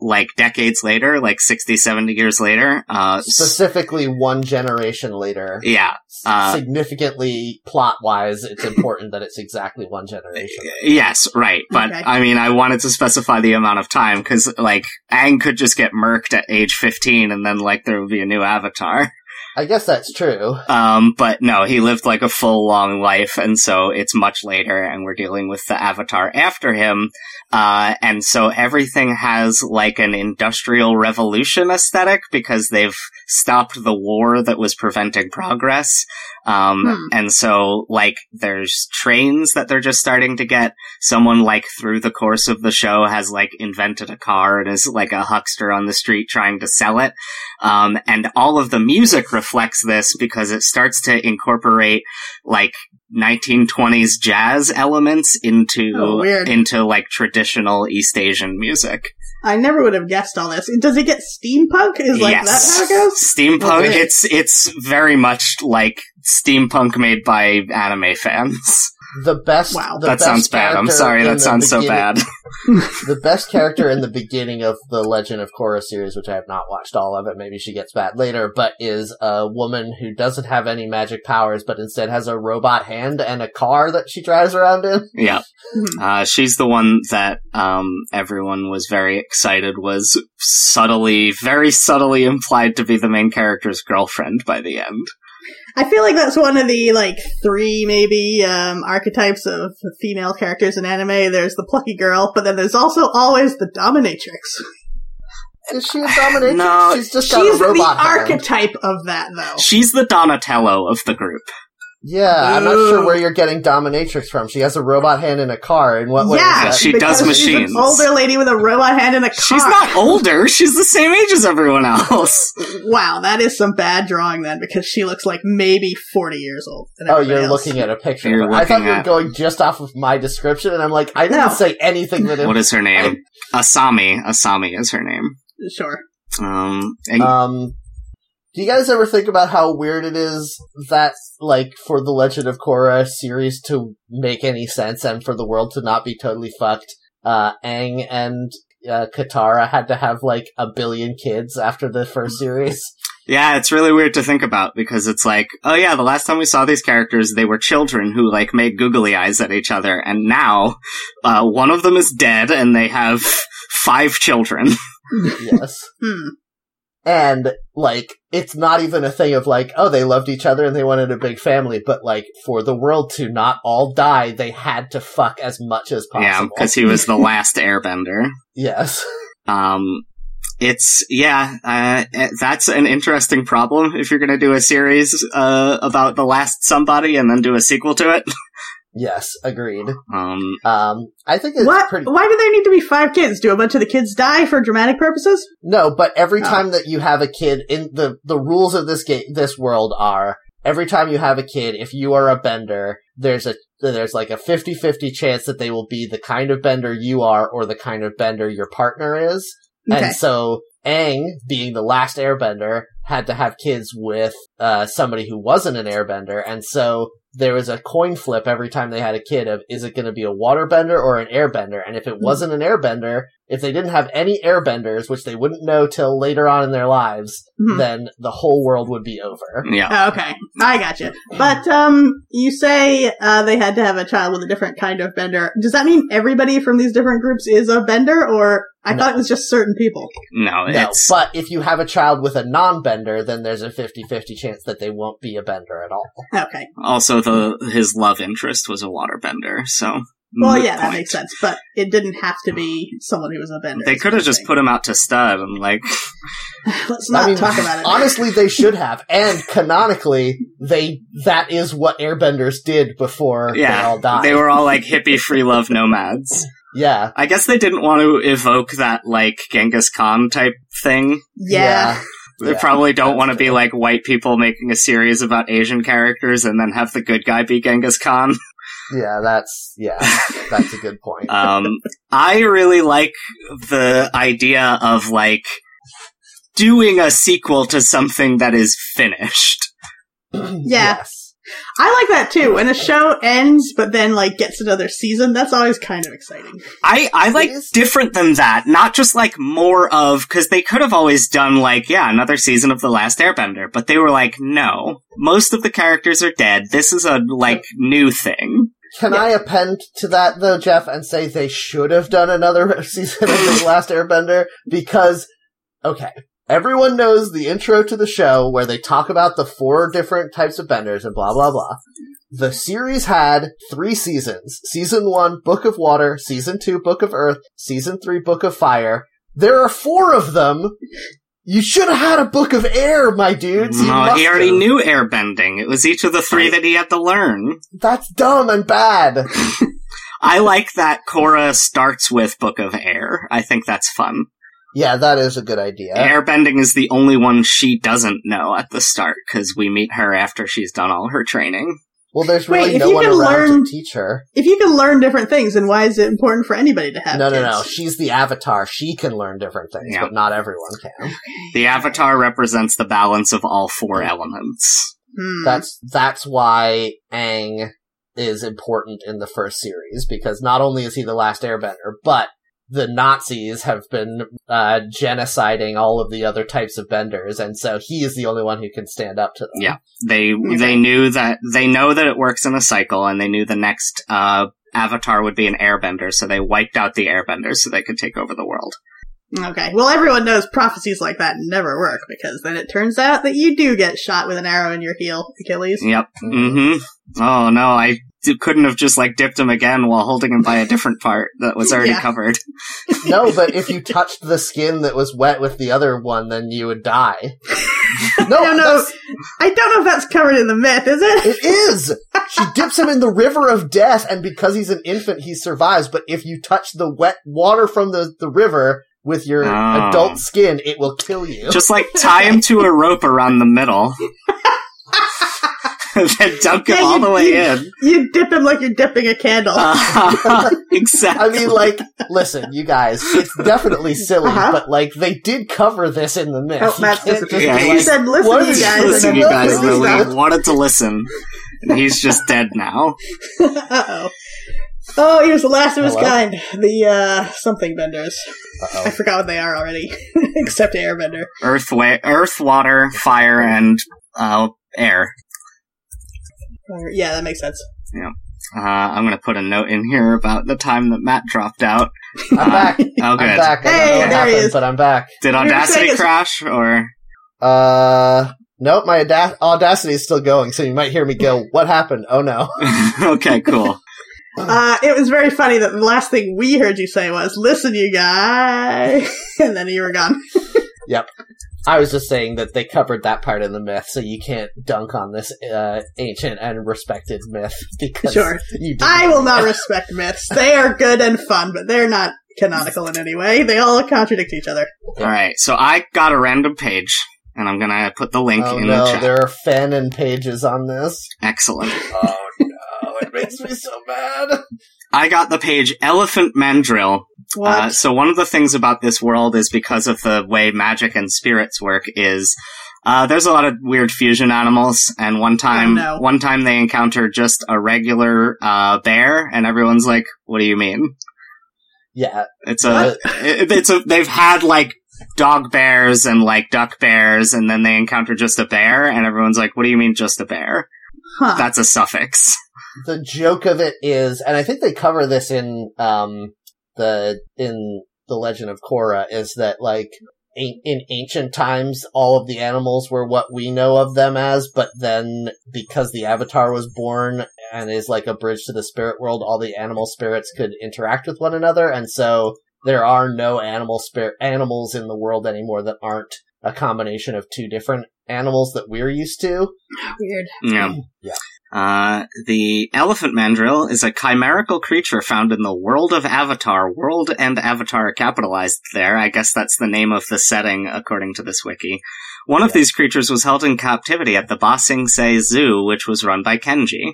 like decades later, like 60, 70 years later. Uh, s-
Specifically, one generation later.
yeah. Uh,
Significantly plot wise, it's important that it's exactly one generation.
Yes, right. But
Okay.
I mean, I wanted to specify the amount of time because, like, Aang could just get murked at age 15 and then, like, there would be a new avatar.
I guess that's true.
Um, but no, he lived, like, a full long life. And so it's much later and we're dealing with the avatar after him. Uh, and so everything has, like, an industrial revolution aesthetic because they've stopped the war that was preventing progress. Um,
Hmm.
and so, like, there's trains that they're just starting to get someone like through the course of the show has like invented a car and is like a huckster on the street trying to sell it. Um, and all of the music reflects this because it starts to incorporate like 1920s jazz elements into
Oh, weird.
into like traditional East Asian music.
I never would have guessed all this. Does it get steampunk? Is like that how it goes?
Steampunk.
Okay.
It's it's very much like steampunk made by anime fans.
The best.
Wow.
the
that
best
sounds bad. I'm
character
sorry.
in
That
the
sounds so
beginning-
bad.
the best character in the beginning of the Legend of Korra series, which I have not watched all of it, maybe she gets that later, but is a woman who doesn't have any magic powers, but instead has a robot hand and a car that she drives around in.
Yeah.
Mhm.
Uh, she's the one that um, everyone was very excited was subtly, very subtly implied to be the main character's girlfriend by the end.
I feel like that's one of the like three maybe um, archetypes of female characters in anime. There's the plucky girl, but then there's also always the dominatrix.
Is she a dominatrix?
No,
she's just got
She's
a
the
robot hand.
archetype of that though.
She's the Donatello of the group.
yeah, I'm not
Ooh.
sure where you're getting dominatrix from. She has a robot hand and a car. In what way
yeah,
is that?
she does
because she's an
machines.
older lady with a robot hand and a car.
She's not older. She's the same age as everyone else.
Wow, that is some bad drawing then, because she looks like maybe forty years old. than
Oh,
everybody
you're
else.
looking at a picture.
You're
of her. I thought
looking
you were
at-
going just off of my description, and I'm like, I didn't
No.
say anything that.
What is her name? Asami. Asami is her name.
sure.
Um, and
Um, do you guys ever think about how weird it is that, like, for the Legend of Korra series to make any sense and for the world to not be totally fucked, uh, Aang and uh, Katara had to have, like, a billion kids after the first series?
Yeah, it's really weird to think about because it's like, oh yeah, the last time we saw these characters, they were children who like made googly eyes at each other, and now uh, one of them is dead, and they have five children.
yes.
Hmm.
And like, it's not even a thing of like, oh, they loved each other and they wanted a big family, but like, for the world to not all die, they had to fuck as much as
Yeah,
possible.
because he was the last airbender.
yes.
Um, it's yeah, uh, eh, that's an interesting problem if you're going to do a series uh, about the last somebody and then do a sequel to it.
Yes. Agreed.
Um,
Um, I think it's
What?
pretty.
Why do there need to be five kids? Do a bunch of the kids die for dramatic purposes?
No, but every
Oh.
time that you have a kid in the the rules of this game, this world are every time you have a kid, if you are a bender, there's a there's like a 50-50 chance that they will be the kind of bender you are or the kind of bender your partner is.
Okay.
And so Aang, being the last airbender, had to have kids with uh, somebody who wasn't an airbender, and so there was a coin flip every time they had a kid of is it going to be a waterbender or an airbender? And if it wasn't an airbender, if they didn't have any airbenders, which they wouldn't know till later on in their lives,
Mhm.
then the whole world would be over.
yeah,
Oh, okay, I gotcha. But um, you say uh, they had to have a child with a different kind of bender. Does that mean everybody from these different groups is a bender, or I
No.
thought it was just certain people?
no,
No,
it's
but if you have a child with a non-bender, then there's a 50-50 chance that they won't be a bender at all.
Okay,
also the his love interest was a waterbender, so.
well,
moot
yeah, that
point.
makes sense. But it didn't have to be someone who was a bender.
They
is
could
what
have
I'm
just
saying.
put him out to stud and like,
Let's not
I mean,
talk about it.
Honestly, they should have. And canonically, they that is what airbenders did before they
yeah,
all died.
they were all like hippie free love nomads.
yeah.
I guess they didn't want to evoke that like Genghis Khan type thing
yeah.
They
Yeah,
probably don't
that's
want to be
true.
like white people making a series about Asian characters and then have the good guy be Genghis Khan.
Yeah, that's yeah, that's a good point.
Um, I really like the idea of like doing a sequel to something that is finished.
yeah.
Yes.
I like that too. When a show ends, but then like gets another season, that's always kind of exciting.
I, I like
It is-
different than that, not just like more of, cause they could have always done like, yeah, another season of The Last Airbender, but they were like, no, most of the characters are dead. This is a like new thing.
Can I append to that though, Jeff, and say they should have done another season of The Last Airbender because okay, everyone knows the intro to the show where they talk about the four different types of benders and blah blah blah. The series had three seasons. Season one, Book of Water. Season two, Book of Earth. Season three, Book of Fire. There are four of them. You should have had a Book of Air, my dudes. You
No,
must
Mm-hmm. he already
have.
knew airbending. It was each of the three that he had to learn.
That's dumb and bad.
I like that Korra starts with Book of Air. I think that's fun.
Yeah, that is a good idea.
Airbending is the only one she doesn't know at the start because we meet her after she's done all her training.
Well, there's
Wait,
really
if
no
you
one
can
around
learn-
to teach her.
If you can learn different things, then why is it important for anybody to have?
No, no,
kids?
no. She's the avatar. She can learn different things,
Yeah.
but not everyone can.
Mm-hmm.
The avatar represents the balance of all four elements.
Hmm.
That's that's why Aang is important in the first series because not only is he the last airbender, but the Nazis have been uh, genociding all of the other types of benders, and so he is the only one who can stand up to them.
Yeah. They they knew that they know that it works in a cycle, and they knew the next uh, avatar would be an airbender, so they wiped out the airbenders so they could take over the world.
Okay. Well, everyone knows prophecies like that never work because then it turns out that you do get shot with an arrow in your heel, Achilles.
Yep. Mm-hmm. Oh no, I d- couldn't have just like dipped him again while holding him by a different part that was already
Yeah.
covered.
no, but if you touched the skin that was wet with the other one, then you would die. No,
don't know.
that's-
I don't know if that's covered in the myth, is it?
It is. She dips him in the river of death, and because he's an infant, he survives. But if you touch the wet water from the, the river with your
Oh.
adult skin, it will kill you.
Just like tie him to a rope around the middle. and then dunk him
Yeah,
all
you-
the way
you-
in.
You dip him like you're dipping a candle.
Uh, exactly.
I mean, like, listen, you guys, it's definitely silly,
Uh-huh.
but like, they did cover this in the myth.
oh,
You
Matt's
can't
disappeared.
Yeah,
just be
he
he's-
like,
said, "Listen,
what
you
is-
guys."
listen,
like,
you
look,
guys,
this
though,
is
we
not-
wanted to listen. And he's just dead now.
uh oh. Oh, he was the last of his
Hello?
kind. The uh something benders. I
Uh-oh.
forgot what they are already, except Airbender.
Earth, wa- earth, water, fire, and uh, air.
Or- Yeah, that makes sense.
Uh, I'm gonna put a note in here about the time that Matt dropped out.
I'm back.
Oh,
I'm
good.
back. I don't
Hey,
know what
there he
happened,
is.
but I'm back.
Did
were saying
Audacity
it's-
crash or?
Uh, nope, my auda- audacity is still going, so you might hear me go, "What happened? Oh no!"
okay, cool.
Uh, it was very funny that the last thing we heard you say was, listen, you guy. and then you were gone.
I was just saying that they covered that part in the myth, so you can't dunk on this uh, ancient and respected myth because
Sure.
you did.
I will not respect myths. They are good and fun, but they're not canonical in any way. They all contradict each other.
All right, so I got a random page, and I'm gonna put the link
Oh
in
no,
the chat.
there are fanon pages on this.
Excellent.
Oh no, it makes me so mad.
I got the page Elephant Mandrill.
What?
Uh, so one of the things about this world is because of the way magic and spirits work is uh, there's a lot of weird fusion animals, and one time,
Oh, no.
one time they encounter just a regular uh, bear, and everyone's like, "What do you mean?"
Yeah,
It's a, it, it's a. They've had like dog bears and like duck bears, and then they encounter just a bear, and everyone's like, "What do you mean just a bear?"
huh.
That's a suffix.
the joke of it is, and I think they cover this in um the in the Legend of Korra, is that like an- in ancient times all of the animals were what we know of them as, but then because the Avatar was born and is like a bridge to the spirit world, all the animal spirits could interact with one another, and so there are no animal spirit animals in the world anymore that aren't a combination of two different animals that we're used to.
Uh,
Weird.
Yeah.
Yeah.
Uh, the elephant mandrill is a chimerical creature found in the world of Avatar. World and Avatar are capitalized there. I guess that's the name of the setting, according to this wiki. One of
Yeah.
these creatures was held in captivity at the Ba Sing Se Zoo, which was run by Kenji.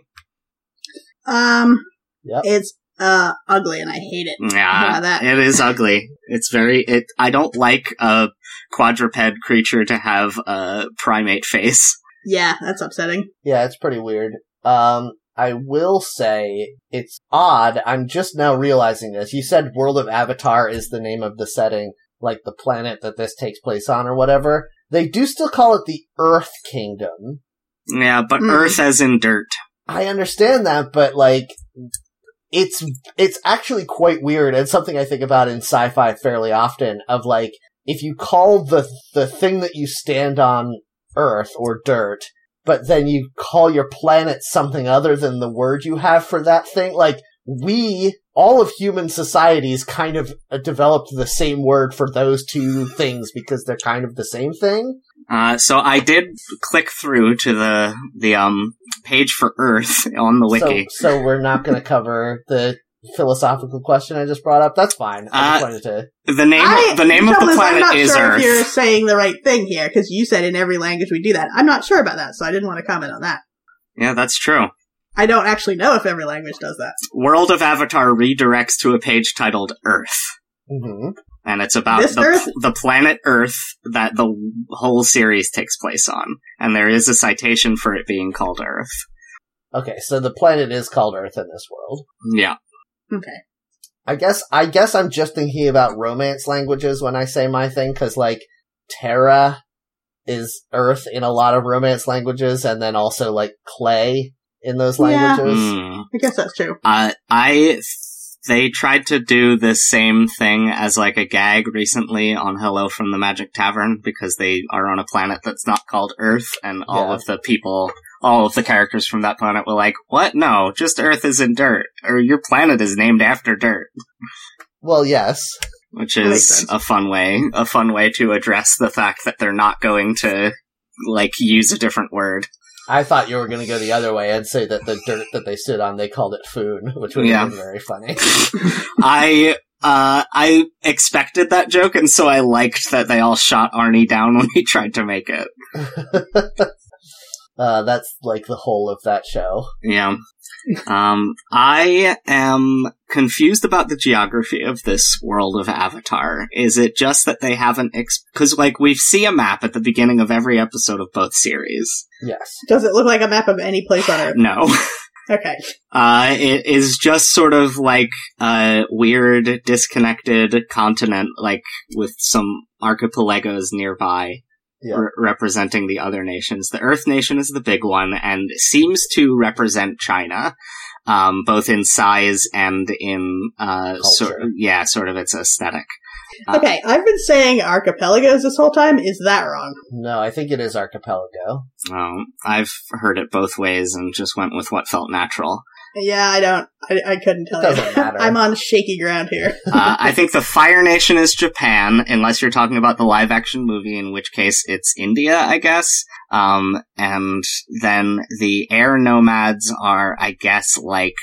Um,
Yep.
it's, uh, ugly and I hate it.
Uh, Yeah,
Yeah, that-
it is ugly. It's very. It. I don't like a quadruped creature to have a primate face.
Yeah, that's upsetting.
Yeah, it's pretty weird. Um, I will say it's odd. I'm just now realizing this. You said World of Avatar is the name of the setting, like the planet that this takes place on or whatever. They do still call it the Earth Kingdom.
Yeah, but
Hmm.
Mm.
Earth as in dirt.
I understand that, but like, it's, it's actually quite weird and something I think about in sci-fi fairly often of like, if you call the, the thing that you stand on earth or dirt, but then you call your planet something other than the word you have for that thing, like, we, all of human societies kind of uh, developed the same word for those two things because they're kind of the same thing.
Uh, so I did click through to the the um page for Earth on the wiki.
So, so we're not going to cover the philosophical question I just brought up. That's fine. I just
Uh,
wanted to.
the name
I-
the name of the
trouble is, I'm
planet
not
is
sure if you're
Earth.
saying the right thing here, because you said in every language we do that. I'm not sure about that, so I didn't want to comment on that.
Yeah, that's true.
I don't actually know if every language does that.
World of Avatar redirects to a page titled Earth,
hmm
and it's about
This
the
Earth?
the planet Earth that the whole series takes place on, and there is a citation for it being called Earth.
Okay, so the planet is called Earth in this world.
Yeah.
Okay.
I guess I guess I'm just thinking about romance languages when I say my thing because like Terra is Earth in a lot of romance languages, and then also like clay in those
Yeah.
languages.
Hmm.
I guess that's true.
Uh, I they tried to do the same thing as like a gag recently on Hello from the Magic Tavern because they are on a planet that's not called Earth, and all
Yeah.
of the people, all of the characters from that planet were like, "What? No, just Earth is in dirt, or your planet is named after dirt,"
Well, yes,
which
That makes
is
sense.
a fun way, a fun way to address the fact that they're not going to like use a different word.
I thought you were going to go the other way and say that the dirt that they stood on they called it foon, which would
Yeah.
have been very funny.
I uh I expected that joke and so I liked that they all shot Arnie down when he tried to make it.
Uh, that's like the whole of that show.
Yeah. Um I am confused about the geography of this world of Avatar. Is it just that they haven't ex- cuz like we see a map at the beginning of every episode of both series.
Yes.
Does it look like a map of any place on Earth?
No.
Okay.
Uh, it is just sort of like a weird, disconnected continent, like with some archipelagos nearby.
Yeah.
re- representing the other nations. The Earth Nation is the big one and seems to represent China, um, both in size and in uh, sort
Culture.
yeah, sort of its aesthetic. Uh,
Okay, I've been saying archipelagos this whole time. Is that wrong?
No, I think it is archipelago.
Um, I've heard it both ways and just went with what felt natural.
Yeah, I don't. I, I couldn't tell
Doesn't
you.
matter.
I'm on shaky ground here.
Uh, I think the Fire Nation is Japan, unless you're talking about the live action movie, in which case it's India, I guess. Um, and then the Air Nomads are, I guess, like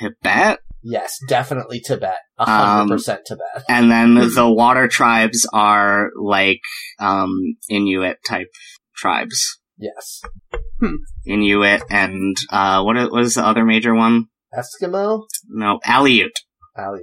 Tibet.
Yes, definitely Tibet. A hundred
Um,
percent Tibet.
And then the Water Tribes are like, um, Inuit type tribes.
Yes.
Inuit and, uh, what i- what is the other major one?
Eskimo?
No, Aleut.
Aleut.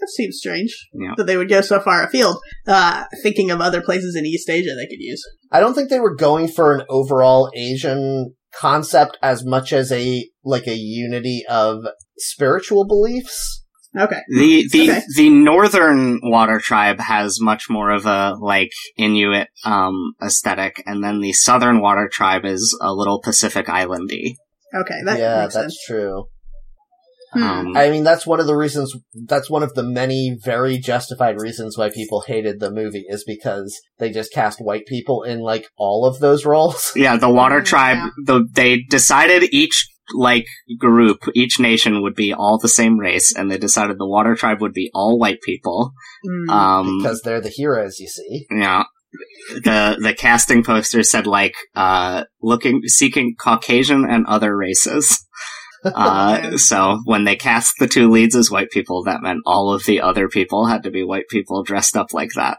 That seems strange
Yeah.
that they would go so far afield, uh, thinking of other places in East Asia they could use.
I don't think they were going for an overall Asian concept as much as a like a unity of spiritual beliefs.
Okay.
The the
Okay.
the northern water tribe has much more of a like Inuit um aesthetic, and then the southern water tribe is a little Pacific Islandy.
Okay, that
yeah, that's
makes sense.
true.
Hmm.
Um,
I mean, that's one of the reasons. That's one of the many very justified reasons why people hated the movie is because they just cast white people in like all of those roles.
yeah, the water
Mm,
tribe.
yeah.
The, they decided each like group, each nation would be all the same race, and they decided the water tribe would be all white people.
Mm.
uh,
Um,
Because they're the heroes, you see.
Yeah. The the casting poster said like uh looking seeking Caucasian and other races. Uh,
Yeah.
so when they cast the two leads as white people, that meant all of the other people had to be white people dressed up like that.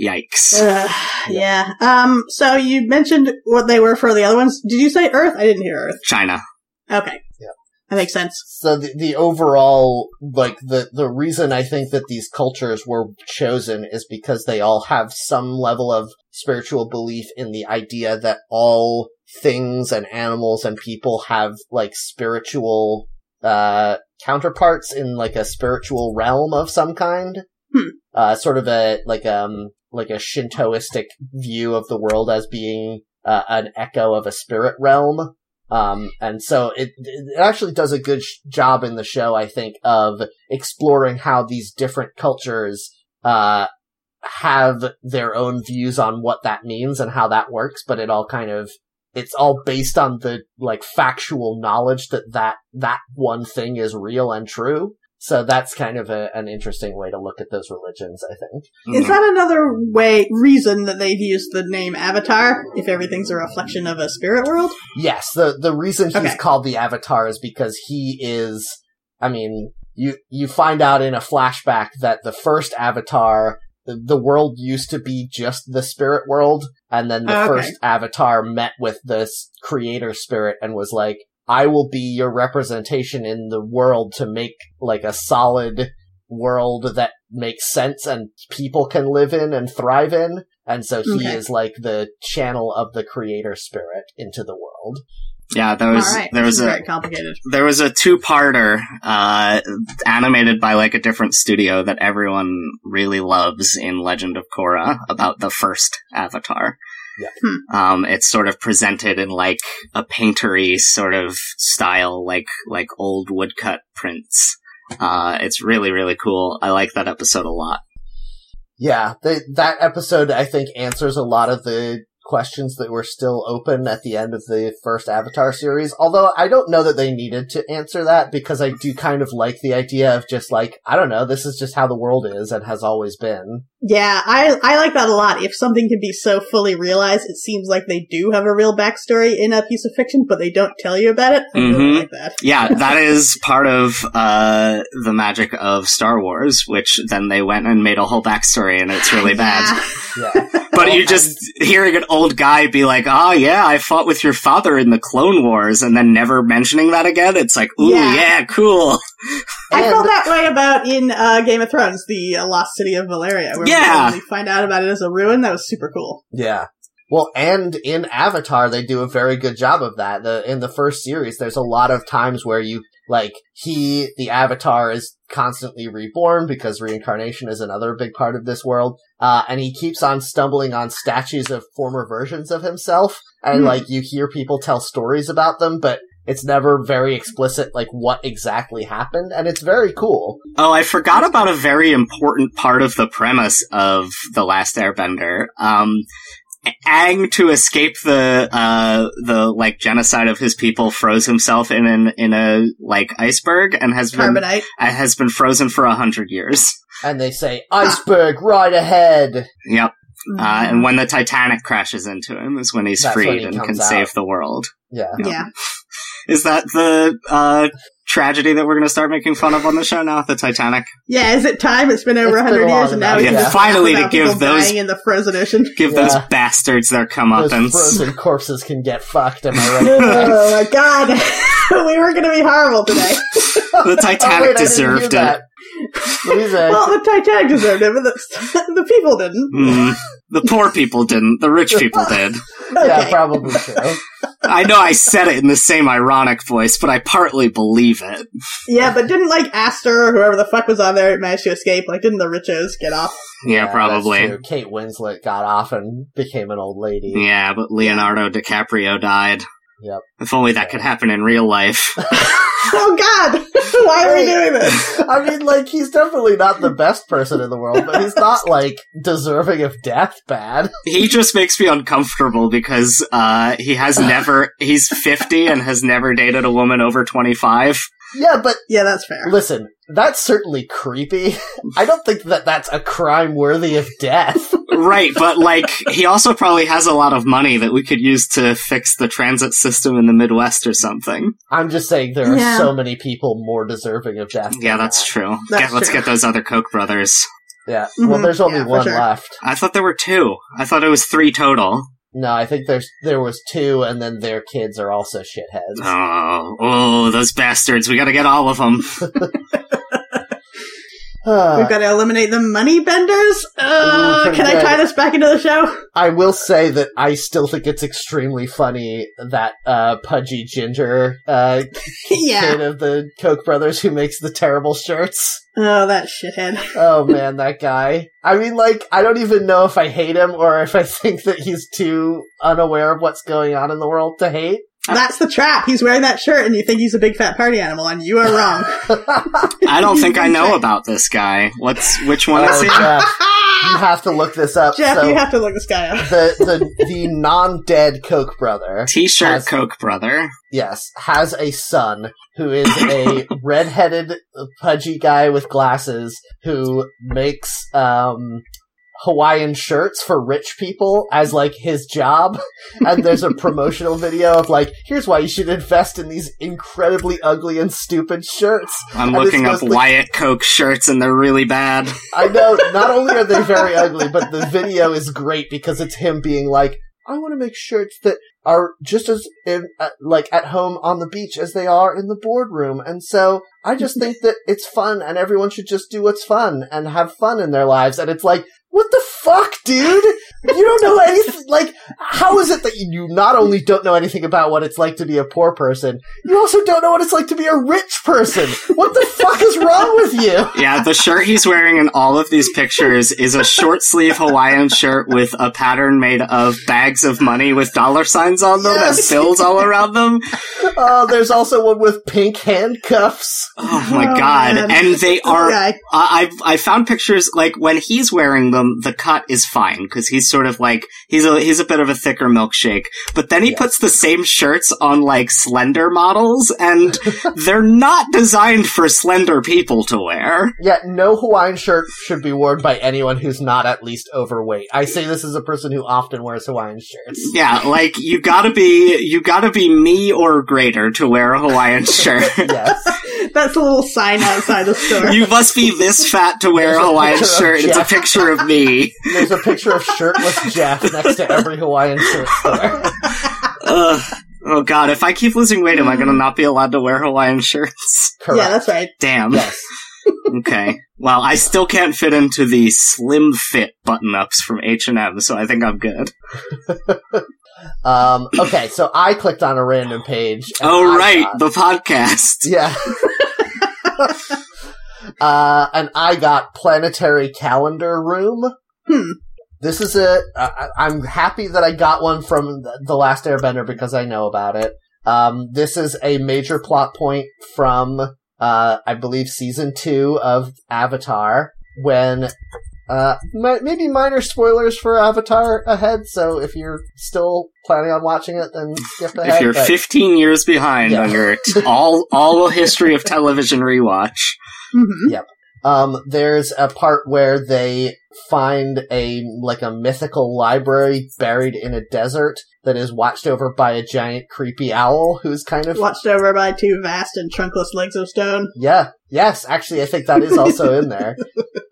Yikes!
Ugh, yeah. Um. So you mentioned what they were for the other ones. Did you say Earth? I didn't hear Earth.
China.
Okay.
Yeah.
That makes sense.
So the, the overall, like the the reason I think that these cultures were chosen is because they all have some level of spiritual belief in the idea that all things and animals and people have like spiritual uh counterparts in like a spiritual realm of some kind.
Hmm.
Uh, sort of a like um like a Shintoistic view of the world as being uh, an echo of a spirit realm. Um, and so it it actually does a good sh- job in the show, I think, of exploring how these different cultures uh have their own views on what that means and how that works, but it all kind of it's all based on the like factual knowledge that that that one thing is real and true. So that's kind of a, an interesting way to look at those religions, I think.
Is that another way reason that they've used the name Avatar? If everything's a reflection of a spirit world,
Yes, the the reason he's
Okay.
called the Avatar is because he is. I mean, you you find out in a flashback that the first Avatar, the, the world used to be just the spirit world, and then the
Oh, Okay.
first Avatar met with this creator spirit and was like, "I will be your representation in the world to make like a solid." world that makes sense and people can live in and thrive in. And so he
Okay.
is like the channel of the creator spirit into the world.
Yeah, there was
all right,
there
this
was a
is very complicated.
there was a two parter uh, animated by like a different studio that everyone really loves in Legend of Korra about the first Avatar.
Yeah.
Um, it's sort of presented in like a paintery sort of style, like like old woodcut prints. Uh, it's really really cool. I like that episode a lot.
Yeah, they, that episode I think answers a lot of the questions that were still open at the end of the first Avatar series. Although I don't know that they needed to answer that because I do kind of like the idea of just like, I don't know, this is just how the world is and has always been.
Yeah, I I like that a lot. If something can be so fully realized, it seems like they do have a real backstory in a piece of fiction, but they don't tell you about it. I
Mhm.
really like that.
yeah, that is part of uh, the magic of Star Wars, which then they went and made a whole backstory, and it's really bad.
Yeah.
Yeah.
But
Well,
you just hearing an old guy be like, "Oh yeah, I fought with your father in the Clone Wars," and then never mentioning that again. It's like, "Ooh yeah,
Yeah.
cool."
I
And-
felt that way about in uh, Game of Thrones, the uh, lost city of Valeria, where
Yeah.
we find out about it as a ruin. That was super cool.
Yeah. Well, and in Avatar, they do a very good job of that. The, in the first series, there's a lot of times where you Like he, the avatar is constantly reborn because reincarnation is another big part of this world. Uh, and he keeps on stumbling on statues of former versions of himself. And
Hmm.
like you hear people tell stories about them, but it's never very explicit, like what exactly happened. And it's very cool.
Oh, I forgot about a very important part of the premise of The Last Airbender. Um, Aang, to escape the, uh, the, like, genocide of his people, froze himself in an, in a, like, iceberg and has been,
Carbonite.
uh, has been frozen for a hundred years.
And they say, iceberg right ahead.
Yep. Uh, and when the Titanic crashes into him is when he's
Mm-hmm. That's when
freed
he
and
comes
can
out.
save the world.
Yeah.
yeah.
Is that the, uh, tragedy that we're gonna start making fun of on the show now? The Titanic?
Yeah, is it time? It's been over
It's
a
been
100
a while
years, and now
now,
we can
yeah.
just
Finally
laugh about
to give
people
those-
dying in the frozen ocean.
Give those
Yeah.
bastards their
Those
comeuppance.
frozen corpses can get fucked. Am I right?
oh my god, we were going to be horrible today.
the
Oh, wait,
Titanic
I didn't hear
deserved it.
that. Louisa,
well, the Titanic deserved it, but the, the people didn't.
Mm, the poor people didn't. The rich people did.
yeah,
Okay.
probably true.
I know I said it in the same ironic voice, but I partly believe it.
Yeah, but didn't like Aster or whoever the fuck was on there manage to escape? Like, didn't the riches get off?
Yeah,
that's
probably.
true. Kate Winslet got off and became an old lady.
Yeah, but Leonardo DiCaprio died.
Yep.
If only that could happen in real life.
Oh god, why are we doing this?
I mean, like, he's definitely not the best person in the world, but he's not, like, deserving of death bad.
he just makes me uncomfortable because uh, he has never he's 50 and has never dated a woman over 25
Yeah, but
Yeah, that's fair.
listen, that's certainly creepy. I don't think that that's a crime worthy of death.
right but like he also probably has a lot of money that we could use to fix the transit system in the midwest or something
I'm just saying there are
Yeah.
so many people more deserving of death.
yeah
than
that's
that.
true
That's
Get- let's
true.
get those other koch brothers
Yeah. Well,
Mhm.
there's only
Yeah, for
one
sure.
left.
i thought there were two i thought it was three total
No, I think there's there was two, and then their kids are also shitheads.
oh oh those bastards we gotta get all of them
Ah.
We've got to eliminate the money benders. Uh,
Ooh,
can I
forget
tie
it.
this back into the show?
I will say that I still think it's extremely funny that uh, pudgy ginger uh,
yeah.
kid of the Koch brothers who makes the terrible shirts.
Oh, that shithead.
Oh man, that guy. I mean, like, I don't even know if I hate him or if I think that he's too unaware of what's going on in the world to hate.
That's the trap. He's wearing that shirt, and you think he's a big fat party animal, and you are wrong.
Oh,
i don't think i know about this guy what's which one is
Oh,
he
Jeff, you have to look this up.
Jeff,
so
you have to look this guy up.
the the the non dead Koch brother.
t-shirt
Has-
koch brother
yes, has a son who is a redheaded, pudgy guy with glasses who makes um, Hawaiian shirts for rich people as like his job. And there's a promotional video of like, here's why you should invest in these incredibly ugly and stupid shirts.
I'm
And it's
looking up
mostly-
Wyatt Coke shirts and they're really bad.
I know not only are they very ugly, but the video is great because it's him being like, I want to make shirts that are just as in, uh, like at home on the beach as they are in the boardroom. And so I just think that it's fun and everyone should just do what's fun and have fun in their lives. And it's like, what the fuck, dude? You don't know anything. Like, how is it that you not only don't know anything about what it's like to be a poor person, you also don't know what it's like to be a rich person? What the fuck is wrong with you?
Yeah, the shirt he's wearing in all of these pictures is a short sleeve Hawaiian shirt with a pattern made of bags of money with dollar signs on them
Yes.
and bills all around them.
Oh, there's also one with pink handcuffs.
Oh my
Oh,
god.
man.
And they are
Yeah,
I I I found pictures like when he's wearing them, the cut is fine because he's sort of like he's a he's a bit of a thicker milkshake. But then he
Yeah.
puts the same shirts on like slender models, and they're not designed for slender people to wear.
Yeah, no Hawaiian shirt should be worn by anyone who's not at least overweight. I say this as a person who often wears Hawaiian shirts.
Yeah, like you gotta be you gotta be me or greater to wear a Hawaiian shirt.
Yes.
that's a little sign outside the store.
you must be this fat to wear a Hawaiian
Picture of
shirt. It's a
Jeff.
picture of me.
There's a picture of shirtless Jeff next to every Hawaiian shirt store.
Ugh. Oh god, if I keep losing weight, am I gonna not be allowed to wear Hawaiian shirts?
Correct.
Yeah, that's right.
Damn.
yes.
okay. Well, I still can't fit into the slim fit button ups from H and M, so I think I'm good.
Um, okay, so I clicked on a random page. and
oh
I
right,
got-
the podcast.
yeah. uh, and I got planetary calendar room.
Hmm.
This is a. I, I- I'm happy that I got one from The- the Last Airbender because I know about it. Um, this is a major plot point from, uh, I believe, season two of Avatar. When, uh, mi- maybe minor spoilers for Avatar ahead. So if you're still planning on watching it, then skip ahead.
If you're
but-
15 years behind
Yeah.
on your t- all all history of television rewatch,
Mhm.
Um, there's a part where they find a like a mythical library buried in a desert that is watched over by a giant creepy owl who's kind of
Watched over by two vast and trunkless legs of stone.
yeah yes actually I think that is also in there.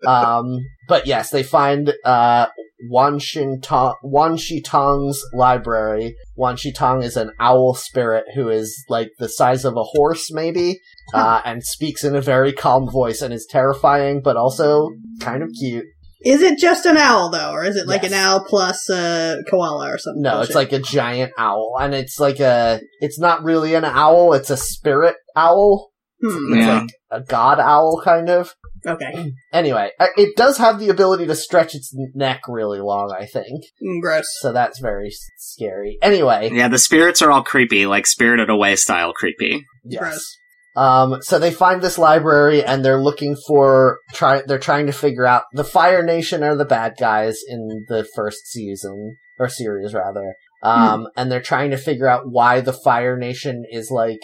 Um, but yes, they find uh Wan Shin Tong Wan Shi Tong's library. Wan Shi Tong is an owl spirit who is like the size of a horse maybe, uh, and speaks in a very calm voice and is terrifying but also kind of cute.
Is it just an owl though, or is it like an
Yes.
owl plus a koala or something? Oh,
No, it's like a giant owl, and it's like a. It's not really an owl; it's a spirit owl,
Hmm.
yeah,
a god owl kind of.
Okay.
Anyway, I- it does have the ability to stretch its neck really long, I think.
Mm, Gross.
So that's very s- scary. Anyway,
yeah, the spirits are all creepy, like Spirited Away style creepy.
yes.
Gross.
Um, so they find this library, and they're looking for try. They're trying to figure out the Fire Nation are the bad guys in the first season or series rather. Um, and they're trying to figure out why the Fire Nation is like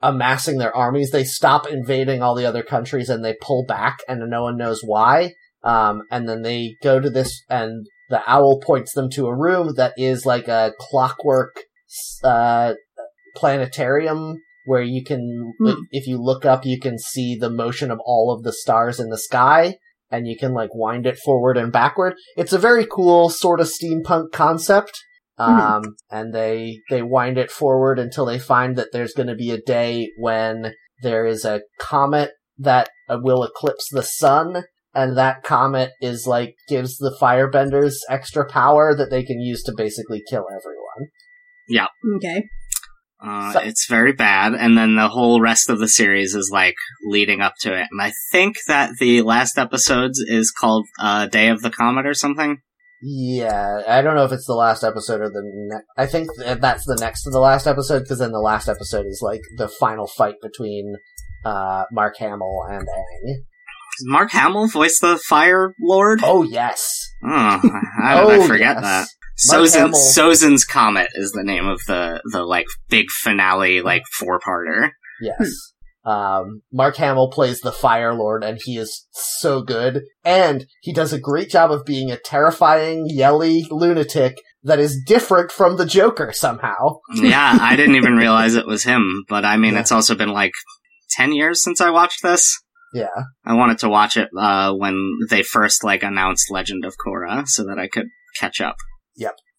amassing their armies. They stop invading all the other countries and they pull back, and no one knows why. Um, and then they go to this, and the owl points them to a room that is like a clockwork uh, planetarium where you can,
Hmm.
like, if you look up, you can see the motion of all of the stars in the sky. And you can like wind it forward and backward. It's a very cool sort of steampunk concept um, and they they wind it forward until they find that there's going to be a day when there is a comet that uh, will eclipse the sun and that comet is like gives the firebenders extra power that they can use to basically kill everyone
Okay.
Uh,
So-
it's very bad, and then the whole rest of the series is like leading up to it. And I think that the last episodes is called uh, "Day of the Comet" or something.
yeah i don't know if it's the last episode or the ne- i think th- that's the next to the last episode because then the last episode is like the final fight between uh, mark hamill and ang
Does Mark Hamill voiced the Fire Lord.
oh yes
Oh, how did I
Oh,
forget
yes.
that?
Mark
Sozin,
Hamill.
Sozin's Comet is the name of the the like big finale, like four parter.
Yes. Um, Mark Hamill plays the Fire Lord, and he is so good. And he does a great job of being a terrifying, yelly lunatic that is different from the Joker somehow.
yeah, I didn't even realize it was him. But I mean,
Yeah.
it's also been like ten years since I watched this.
Yeah.
I wanted to watch it uh, when they first like announced Legend of Korra, so that I could catch up.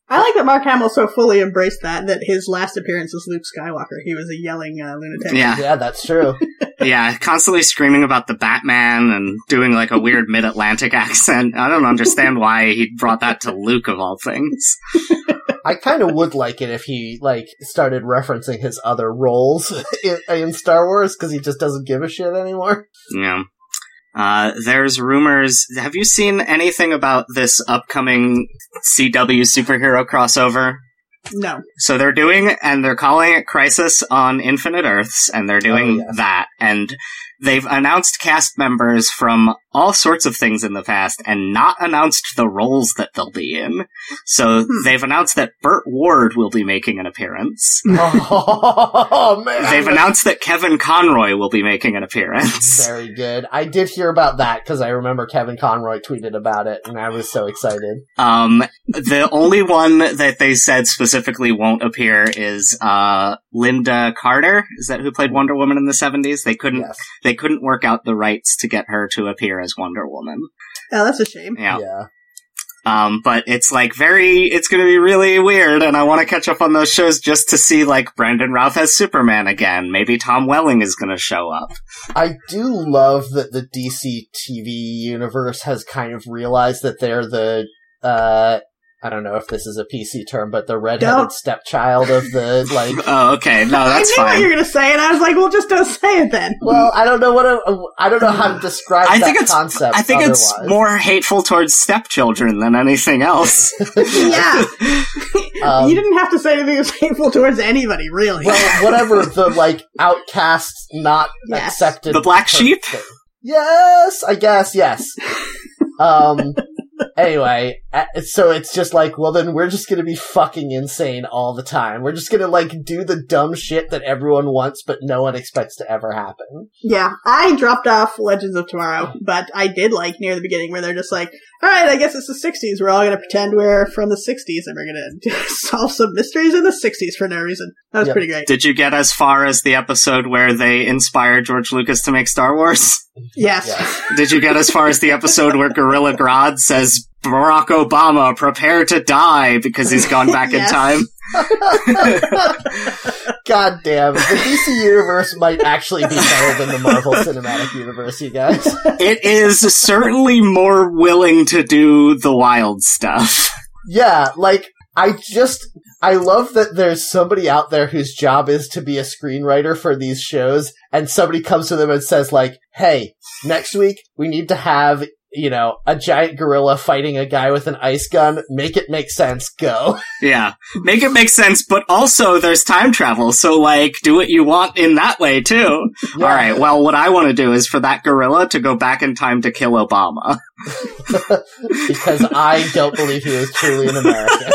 I like that Mark Hamill so fully embraced that that his last appearance was Luke Skywalker. He was a yelling uh, lunatic.
Yeah,
Yeah, that's true.
yeah, constantly screaming about the Batman and doing like a weird mid-Atlantic accent. I don't understand why he brought that to Luke of all things.
I kind of would like it if he, like, started referencing his other roles in, in Star Wars, because he just doesn't give a shit anymore.
Yeah. Uh, there's rumors. Have you seen anything about this upcoming CW superhero crossover?
No.
So they're doing, and they're calling it Crisis on Infinite Earths, and they're doing
Oh, yes.
that. And they've announced cast members from all sorts of things in the past, and not announced the roles that they'll be in. So
Hmm.
they've announced that Burt Ward will be making an appearance.
oh, man.
They've announced that Kevin Conroy will be making an appearance.
Very good. I did hear about that, because I remember Kevin Conroy tweeted about it, and I was so excited.
Um, the only one that they said specifically won't appear is uh, Linda Carter. Is that who played Wonder Woman in the seventies? They couldn't
Yes.
they couldn't work out the rights to get her to appear as Wonder Woman.
Oh, that's a shame.
Yeah.
yeah.
Um, but it's like very, it's going to be really weird, and I want to catch up on those shows just to see like Brandon Routh as Superman again. Maybe Tom Welling is going to show up.
I do love that the DC TV universe has kind of realized that they're the uh I don't know if this is a PC term, but the redheaded
Don't.
stepchild of the like.
Oh, okay, no, that's
I knew what
fine.
you were going to say, and I was like, well, just don't say it then.
Well, I don't know what I, I don't know how to describe
I
that
think it's-
concept.
I think it's
otherwise.
more hateful towards stepchildren than anything else.
yeah.
Um,
you didn't have to say anything that's hateful towards anybody, really.
well, whatever the like outcast, not
Yes.
accepted,
The black sheep?
thing. Yes, I guess yes. um. Anyway, a- so it's just like, well, then we're just gonna be fucking insane all the time. We're just gonna like do the dumb shit that everyone wants, but no one expects to ever happen.
yeah, I dropped off Legends of Tomorrow, but I did like near the beginning where they're just like, all right, I guess it's the 60s. We're all going to pretend we're from the 60s and we're going to solve some mysteries in the 60s for no reason. That was
Yep.
pretty great.
Did you get as far as the episode where they inspire George Lucas to make Star Wars?
Yes.
Yes.
Did you get as far as the episode where Gorilla Grodd says Barack Obama prepare to die because he's gone back
Yes.
in time?
God damn, the DC universe might actually be better than the Marvel Cinematic Universe, you guys.
It is certainly more willing to do the wild stuff.
Yeah, like I just I love that there's somebody out there whose job is to be a screenwriter for these shows and somebody comes to them and says like, "Hey, next week we need to have, you know, a giant gorilla fighting a guy with an ice gun. Make it make sense. Go."
Yeah. Make it make sense, but also there's time travel, so like do what you want in that way too.
Yeah.
All right. Well, what I want to do is for that gorilla to go back in time to kill Obama.
Because I don't believe he is truly an American.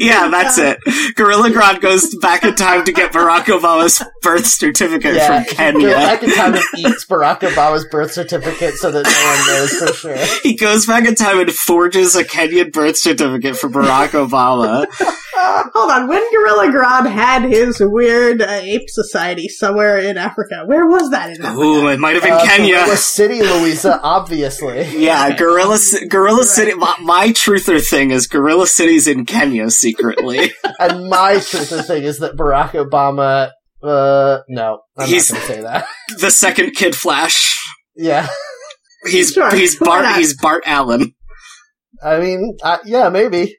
yeah, that's it. Gorilla Grodd goes back in time to get Barack Obama's birth certificate
yeah,
from
Go
Kenya.
back in time and eats Barack Obama's birth certificate so that no one knows for sure.
He goes back in time and forges a Kenyan birth certificate for Barack Obama.
Hold on, when Gorilla Grodd had his weird uh, ape society somewhere in Africa, where was that in Africa?
Ooh, it might have been
Uh,
Kenya.
Gorilla City, Louisa, obviously.
Yeah, Gorilla Ci- Gorilla City. My, my truther thing is Gorilla City's in Kenya secretly.
And my truther thing is that Barack Obama. Uh, no, I'm
He's-
not going to say that.
the second Kid Flash.
Yeah,
He's
Sure,
he's
why
Bart.
not?
He's Bart Allen.
I mean, uh, yeah, maybe.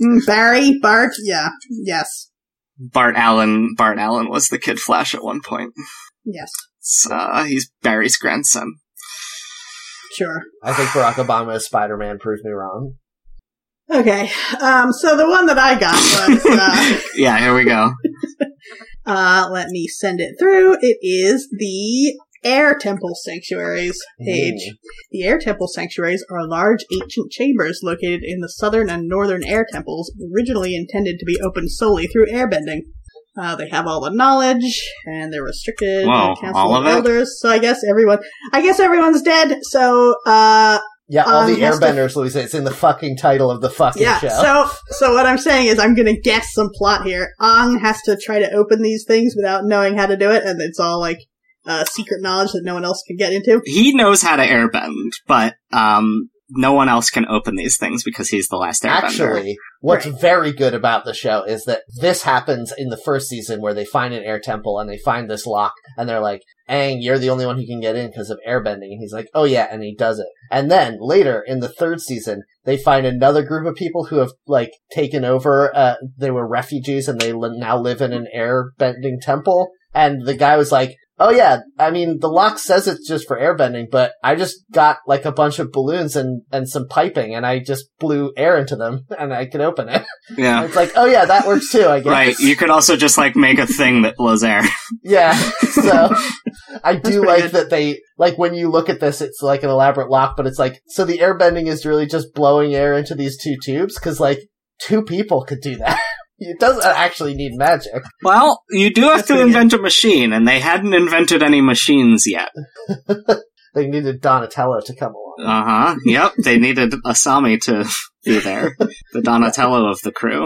Mm, Barry, Bart, yeah, yes,
Bart Allen. Bart Allen was the Kid Flash at one point.
yes,
It's, uh, he's Barry's grandson.
sure.
I think Barack Obama as Spider-Man proved me wrong.
Okay, um, so the one that I got was, uh,
Yeah, here we go.
uh, let me send it through. It is the Air Temple Sanctuaries page.
Mm.
The air temple sanctuaries are large ancient chambers located in the southern and northern air temples, originally intended to be opened solely through airbending. Uh, they have all the knowledge, and they're restricted
Whoa,
by council
all
of
of it?
elders. So I guess everyone, I guess everyone's dead. So uh,
Yeah, all
Um,
the
has to-
Airbenders, Louisa. It's in the fucking title of the fucking
yeah.
show.
So so what I'm saying is I'm gonna guess some plot here. Ang has to try to open these things without knowing how to do it, and it's all like uh, secret knowledge that no one else can get into.
He knows how to airbend, but um, no one else can open these things because he's the last airbender.
Actually, what's very good about the show is that this happens in the first season where they find an air temple and they find this lock and they're like, Aang, you're the only one who can get in because of airbending. And he's like, oh yeah, and he does it. And then later in the third season, they find another group of people who have like taken over. Uh, they were refugees and they li- now live in an airbending temple. And the guy was like, Oh yeah, I mean the lock says it's just for airbending, but I just got like a bunch of balloons and and some piping, and I just blew air into them, and I could open it.
yeah.
It's like, oh yeah, that works too, I guess.
Right. You could also just like make a thing that blows air.
Yeah. So I
That's
do
pretty
like
good.
that they like when you look at this, it's like an elaborate lock, but it's like so the airbending is really just blowing air into these two tubes because like two people could do that. It doesn't actually need magic.
Well, you do have
That's
to
pretty good.
invent a machine, and they hadn't invented any machines yet.
They needed Donatello to come along.
Uh huh. Yep. They needed Asami to be there, the Donatello of the crew.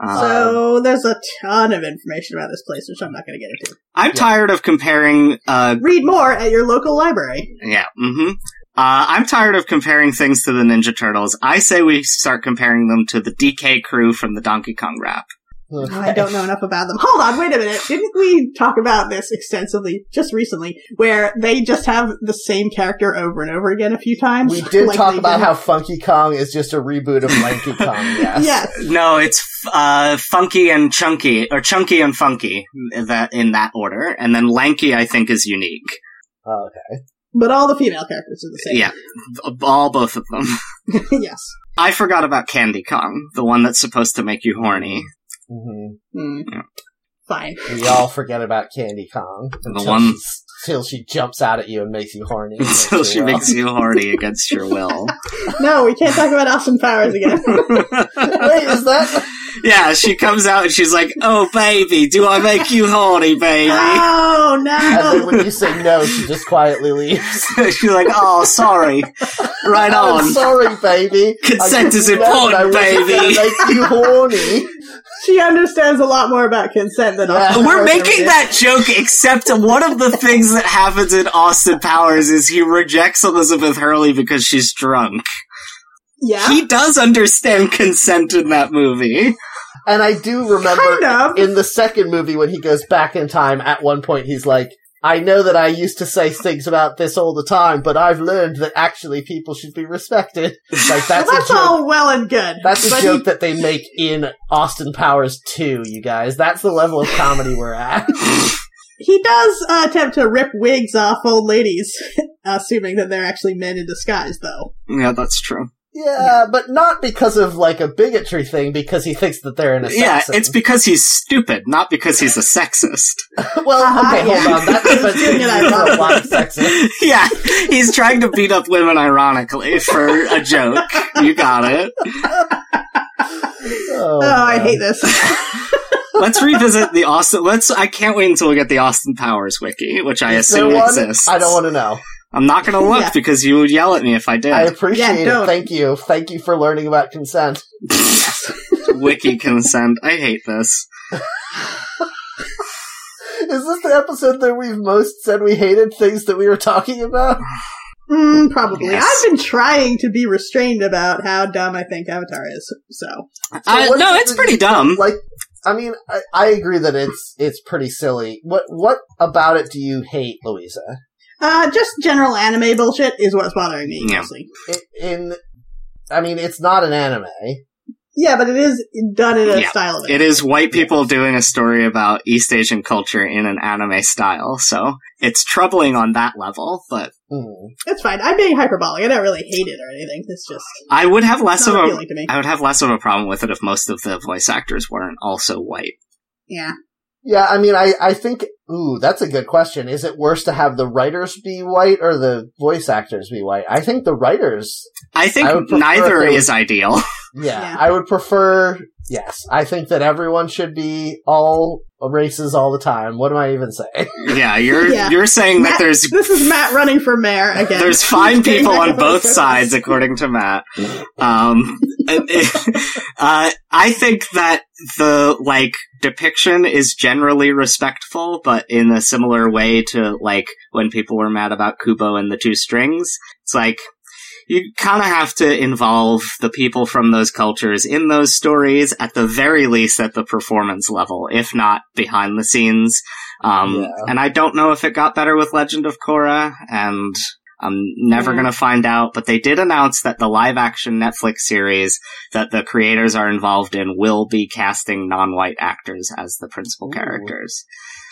Um,
Uh,
so there's a ton of information about this place, which I'm not gonna get into.
I'm tired of comparing. Uh,
Read more at your local library.
yeah. Mm-hmm. Uh, I'm tired of comparing things to the Ninja Turtles. I say we start comparing them to the DK crew from the Donkey Kong rap.
Oh, I don't know enough about them. Hold on, wait a minute. Didn't we talk about this extensively just recently, where they just have the same character over and over again a few times?
We did
Like
talk
they
about
did-
how Funky Kong is just a reboot of Lanky Kong. Yes.
Yes.
No, it's f- uh, funky and chunky, or chunky and funky, that in that order, and then lanky I think is unique.
Oh, okay.
But all the female characters are the same.
Yeah, B- all both of them.
yes.
I forgot about Candy Kong, the one that's supposed to make you horny.
hmm
Hmm.
Yeah.
Fine.
We all forget about Candy Kong until,
one-
she's- till she jumps out at you and makes you horny.
Until she
Well,
makes you horny against your will.
No, we can't talk about Austin Powers again.
Wait, is that?
yeah, she comes out and she's like, "Oh baby, do I make you horny, baby?"
oh
And then
no!
when you say no, she just quietly leaves.
she's like, "Oh, sorry." Right
I'm
on.
sorry, baby.
Consent
I
is
didn't know that
important,
I wasn't
baby.
gonna Make you horny.
She understands a lot more about consent than
Yeah.
us.
We're making that joke, except one of the things that happens in Austin Powers is he rejects Elizabeth Hurley because she's drunk.
Yeah,
He does understand consent in that movie.
And I do remember
kind of.
in the second movie when he goes back in time at one point he's like i know that i used to say things about this all the time but i've learned that actually people should be respected like that's,
well, that's
a joke
all well and good.
that's a
but
joke that they make in austin powers 2 you guys that's the level of comedy we're at
He, he does uh, attempt to rip wigs off old ladies, assuming that they're actually men in disguise, though.
Yeah, that's true.
yeah but not because of like a bigotry thing because he thinks that they're an
Yeah,
assassin
it's because he's stupid, not because he's a sexist.
well okay
Uh-huh, Yeah.
hold on that's
Doing it
a lot of sexism
yeah, he's trying to beat up women ironically for a joke. You got it.
oh,
Oh, I
man.
hate this.
Let's revisit the Austin. Let's. I can't wait until we get the Austin Powers wiki, which I
Is there
assume
one?
exists.
i don't want to know
I'm not going to look
Yeah.
because you would yell at me if I did.
I appreciate
Yeah, don't.
it. Thank you. Thank you for learning about consent.
wiki consent. I hate this.
Is this the episode that we've most said we hated things that we were talking about?
Mm, probably.
Yes.
I've been trying to be restrained about how dumb I think Avatar is. So
Uh,
what
no,
is it
it's
that
pretty
you-
dumb.
Like, I mean, I, I agree that it's it's pretty silly. What what about it do you hate, Louisa?
uh, just general anime bullshit is what's bothering me
Yeah.
mostly.
In, in I mean, it's not an anime.
Yeah, but it is done in a
Yeah.
style of
It is white people doing a story about East Asian culture in an anime style, so it's troubling on that level, but
Hmm.
It's fine. I'm being hyperbolic. I don't really hate it or anything. It's just
I would have
it's
less of
not
a
appealing to me.
I would have less of a problem with it if most of the voice actors weren't also white.
Yeah.
Yeah, I mean, I I think ooh, that's a good question. Is it worse to have the writers be white or the voice actors be white? I think the writers
I think
I would prefer
neither
if they
is ideal.
Yeah,
Yeah.
I would prefer. Yes, I think that everyone should be all races all the time. What am I even saying?
yeah, you're
Yeah.
you're saying that
Matt-
there's
This is Matt running for mayor again.
there's fine
Getting
people
back
on
up
both
the surface.
sides, according to Matt. Um, and it- uh, I think that the like depiction is generally respectful, but in a similar way to like when people were mad about Kubo and the Two Strings. It's like you kind of have to involve the people from those cultures in those stories at the very least at the performance level, if not behind the scenes. Um,
Yeah.
and I don't know if it got better with Legend of Korra and I'm never
Yeah.
going to find out, but they did announce that the live action Netflix series that the creators are involved in will be casting non white actors as the principal
Ooh.
characters.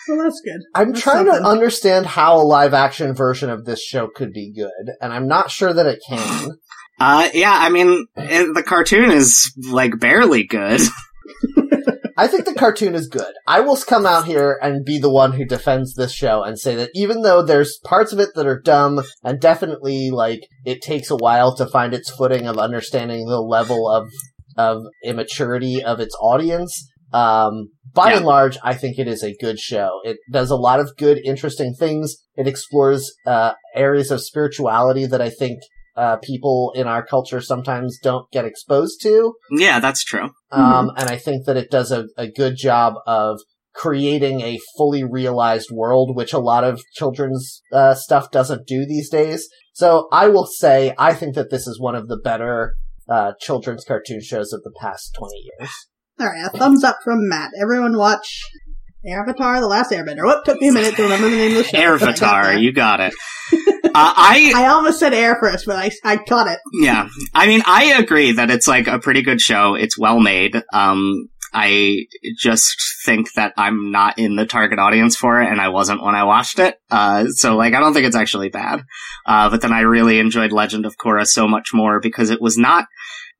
Well, that's good.
I'm
That's
trying
something.
to understand how a live action version of this show could be good, and I'm not sure that it can.
Uh, yeah, I mean, it, the cartoon is like barely good.
I think the cartoon is good. I will come out here and be the one who defends this show and say that even though there's parts of it that are dumb and definitely like it takes a while to find its footing of understanding the level of of immaturity of its audience. Um, by
Yeah.
and large, I think it is a good show. It does a lot of good, interesting things. It explores uh, areas of spirituality that I think uh, people in our culture sometimes don't get exposed to. Mm-hmm.
yeah, that's true.
Um, and I think that it does a, a good job of creating a fully realized world, which a lot of children's uh, stuff doesn't do these days. So I will say I think that this is one of the better uh, children's cartoon shows of the past 20 years.
All right, a thumbs up from Matt. Everyone watch Avatar: The Last Airbender. Whoop! Took me a minute to remember the name of the show. but I got
Avatar,
there.
you got it. uh, I
I almost said air first, but I, I caught it.
yeah, I mean, I agree that it's like a pretty good show. It's well made. Um, I just think that I'm not in the target audience for it, and I wasn't when I watched it. Uh, so like, I don't think it's actually bad. Uh, but then I really enjoyed Legend of Korra so much more because it was not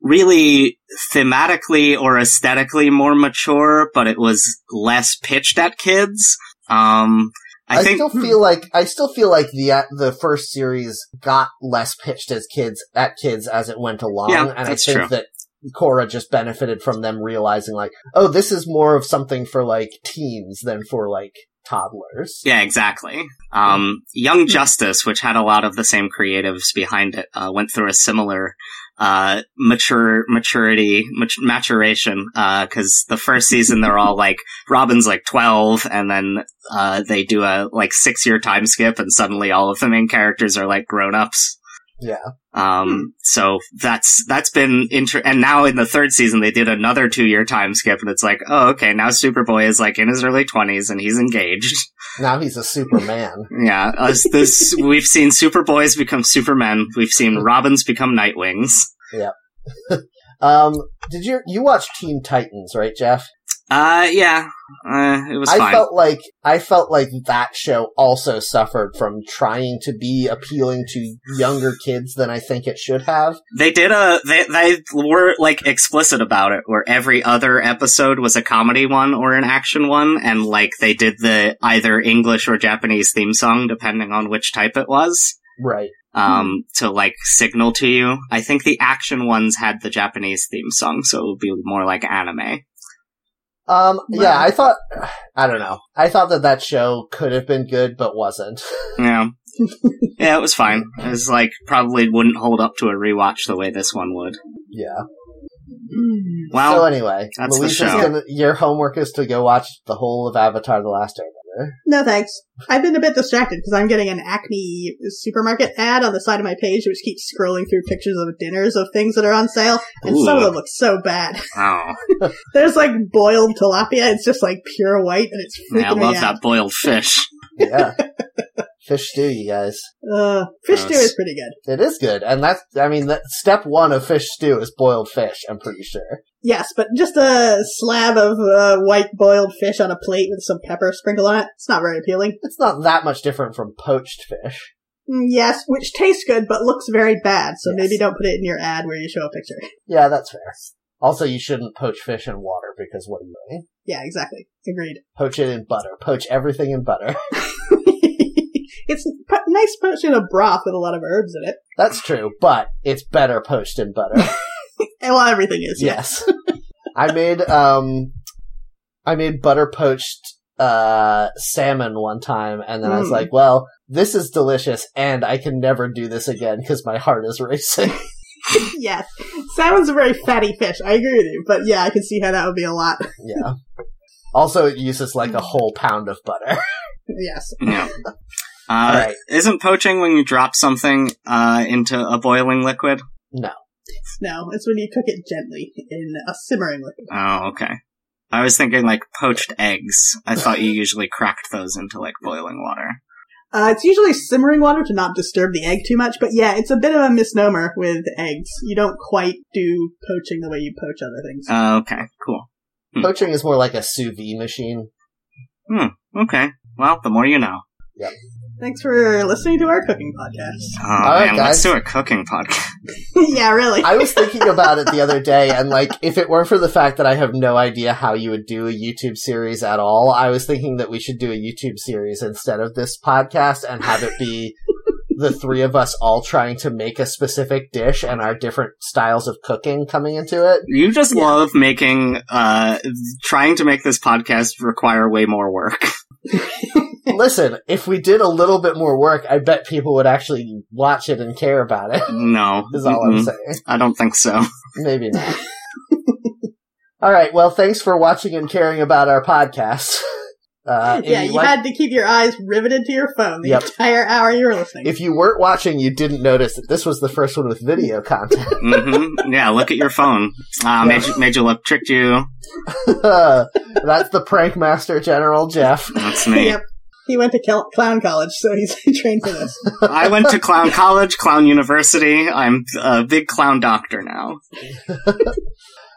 really thematically or aesthetically more mature, but it was less pitched at kids. Um, I,
I,
think
still feel like I still feel like the uh, the first series got less pitched as kids at kids as it went along,
Yeah,
and I
that's
think
true.
that Cora just benefited from them realizing like, oh, this is more of something for like teens than for like toddlers.
Yeah, exactly. Um, Young Justice, which had a lot of the same creatives behind it, uh, went through a similar uh, mature maturity mat- maturation because the first season they're all like Robin's like twelve, and then uh, they do a like six year time skip, and suddenly all of the main characters are like grown ups.
Yeah.
Um, so that's, that's been inter, and now in the third season, they did another two year time skip and it's like, oh, okay, now Superboy is like in his early twenties and he's engaged.
Now he's a Superman.
Yeah, us, this we've seen Superboys become Supermen. We've seen Robins become Nightwings.
um, did you you watch Teen Titans, right, Jeff?
Uh, yeah, uh, it was
I
fine.
felt like I felt like that show also suffered from trying to be appealing to younger kids than I think it should have.
they did a they they were like explicit about it, where every other episode was a comedy one or an action one, and like they did the either English or Japanese theme song depending on which type it was.
Right.
Um,
Hmm.
to like signal to you. I think the action ones had the Japanese theme song, so it would be more like anime.
Um, yeah,
Wow.
I thought, I don't know. I thought that that show could have been good, but wasn't.
Yeah. yeah, it was fine. It was like probably wouldn't hold up to a rewatch the way this one would.
yeah.
Mm.
Well,
so uh, anyway,
that's the show.
gonna, your homework is to go watch the whole of Avatar The Last Airbender.
No thanks. I've been a bit distracted because I'm getting an Acme supermarket ad on the side of my page, which keeps scrolling through pictures of dinners of things that are on sale, and some of
Ooh.
them look so bad.
oh,
There's like boiled tilapia. It's just like pure white, and it's freaking
yeah, I love
me out.
that boiled fish.
Yeah. Fish stew, you guys.
Uh, fish stew
Gross.
is pretty good.
It is good. And that's, I mean, that, step one of fish stew is boiled fish, I'm pretty sure.
Yes, but just a slab of uh, white boiled fish on a plate with some pepper sprinkled on it. It's not very appealing.
It's not that much different from poached fish.
Mm, Yes, which tastes good but looks very bad. So
Yes.
maybe don't put it in your ad where you show a picture.
Yeah, that's fair. Also, you shouldn't poach fish in water because what are you doing?
Yeah, exactly. Agreed.
Poach it in butter. Poach everything in butter.
it's p- nice poached in a broth with a lot of herbs in it.
That's true, but it's better poached in butter.
Eh, Well, everything is. Yeah.
Yes. I made um I made butter poached uh salmon one time and then I was
Mm.
like, well, this is delicious and I can never do this again cuz my heart is racing.
yes. Salmon's a very fatty fish. I agree with you. But yeah, I can see how that would be a lot.
yeah. Also it uses like a whole pound of butter.
yes.
Yeah. Uh,
All right.
Isn't poaching when you drop something uh, into a boiling liquid?
No, it's when you cook it gently in a simmering liquid.
Oh, okay. I was thinking like poached eggs. I thought you usually cracked those into like boiling water.
Uh, it's usually simmering water to not disturb the egg too much, but yeah, it's a bit of a misnomer with eggs. You don't quite do poaching the way you poach other things.
Uh, okay, cool.
Poaching is more like a sous vide machine.
Okay. Well, the more you know.
Thanks for listening to our cooking podcast.
Oh,
right,
man,
guys.
let's do a cooking podcast.
yeah, really.
I was thinking about it the other day, and like, if it weren't for the fact that I have no idea how you would do a YouTube series at all, I was thinking that we should do a YouTube series instead of this podcast and have it be the three of us all trying to make a specific dish and our different styles of cooking coming into it.
You just
Yeah.
love making, uh, trying to make this podcast require way more work.
Listen, if we did a little bit more work, I bet people would actually watch it and care about it.
no.
Is all
Mm-mm.
I'm saying.
I don't think so.
Maybe not. all right. Well, thanks for watching and caring about our podcast. Uh, and
yeah, you
like-
had to keep your eyes riveted to your phone the
Yep.
entire hour you were listening.
if you weren't watching, you didn't notice that this was the first one with video content.
hmm Yeah, look at your phone. Uh, made, you, made you look, tricked you.
That's the prank master general Jeff.
That's me.
Yep. He went to Kel- clown college, so he's trained for this.
I went to clown college, clown university. I'm a big clown doctor now.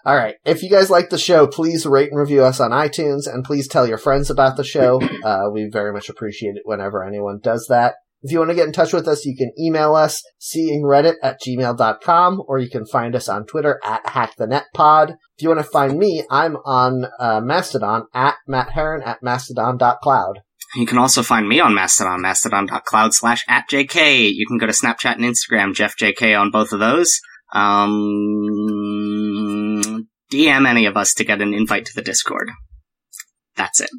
All right. If you guys like the show, please rate and review us on iTunes, and please tell your friends about the show. Uh, we very much appreciate it whenever anyone does that. If you want to get in touch with us, you can email us, seeingreddit at gmail.com, or you can find us on Twitter at hackthenetpod. If you want to find me, I'm on uh, Mastodon at Matt Heron at mastodon.cloud.
You can also find me on Mastodon, mastodon.cloud slash at JK. You can go to Snapchat and Instagram, JeffJK on both of those. Um, DM any of us to get an invite to the Discord. That's it.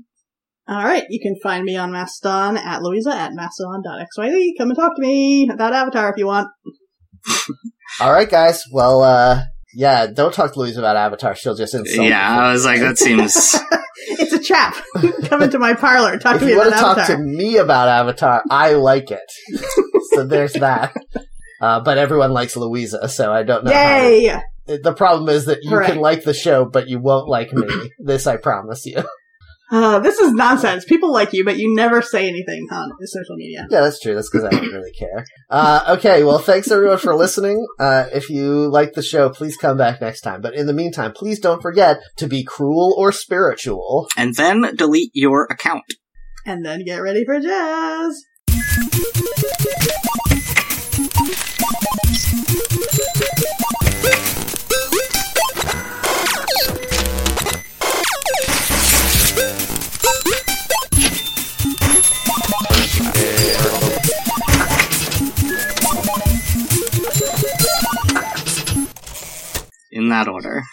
All right, you can find me on Mastodon at Louisa at mastodon.xyz. Come and talk to me about Avatar if you want.
All right, guys. Well, uh, yeah, don't talk to Louise about Avatar. She'll just insult you.
yeah, I was like, that seems.
It's a trap. Come into my parlor and talk
if
to me
you want
about
to talk
Avatar.
to me about Avatar, I like it. so there's that. Uh, but everyone likes Louisa, so I don't know. how-
Yay!
The problem is that you
Hooray.
can like the show, but you won't like me. this I promise you.
Uh, this is nonsense. People like you, but you never say anything on social media.
Yeah, that's true. That's because I don't really care. Uh, okay, well, thanks everyone for listening. Uh, if you like the show, please come back next time. But in the meantime, please don't forget to be cruel or spiritual.
and then delete your account.
And then get ready for jazz.
In that order.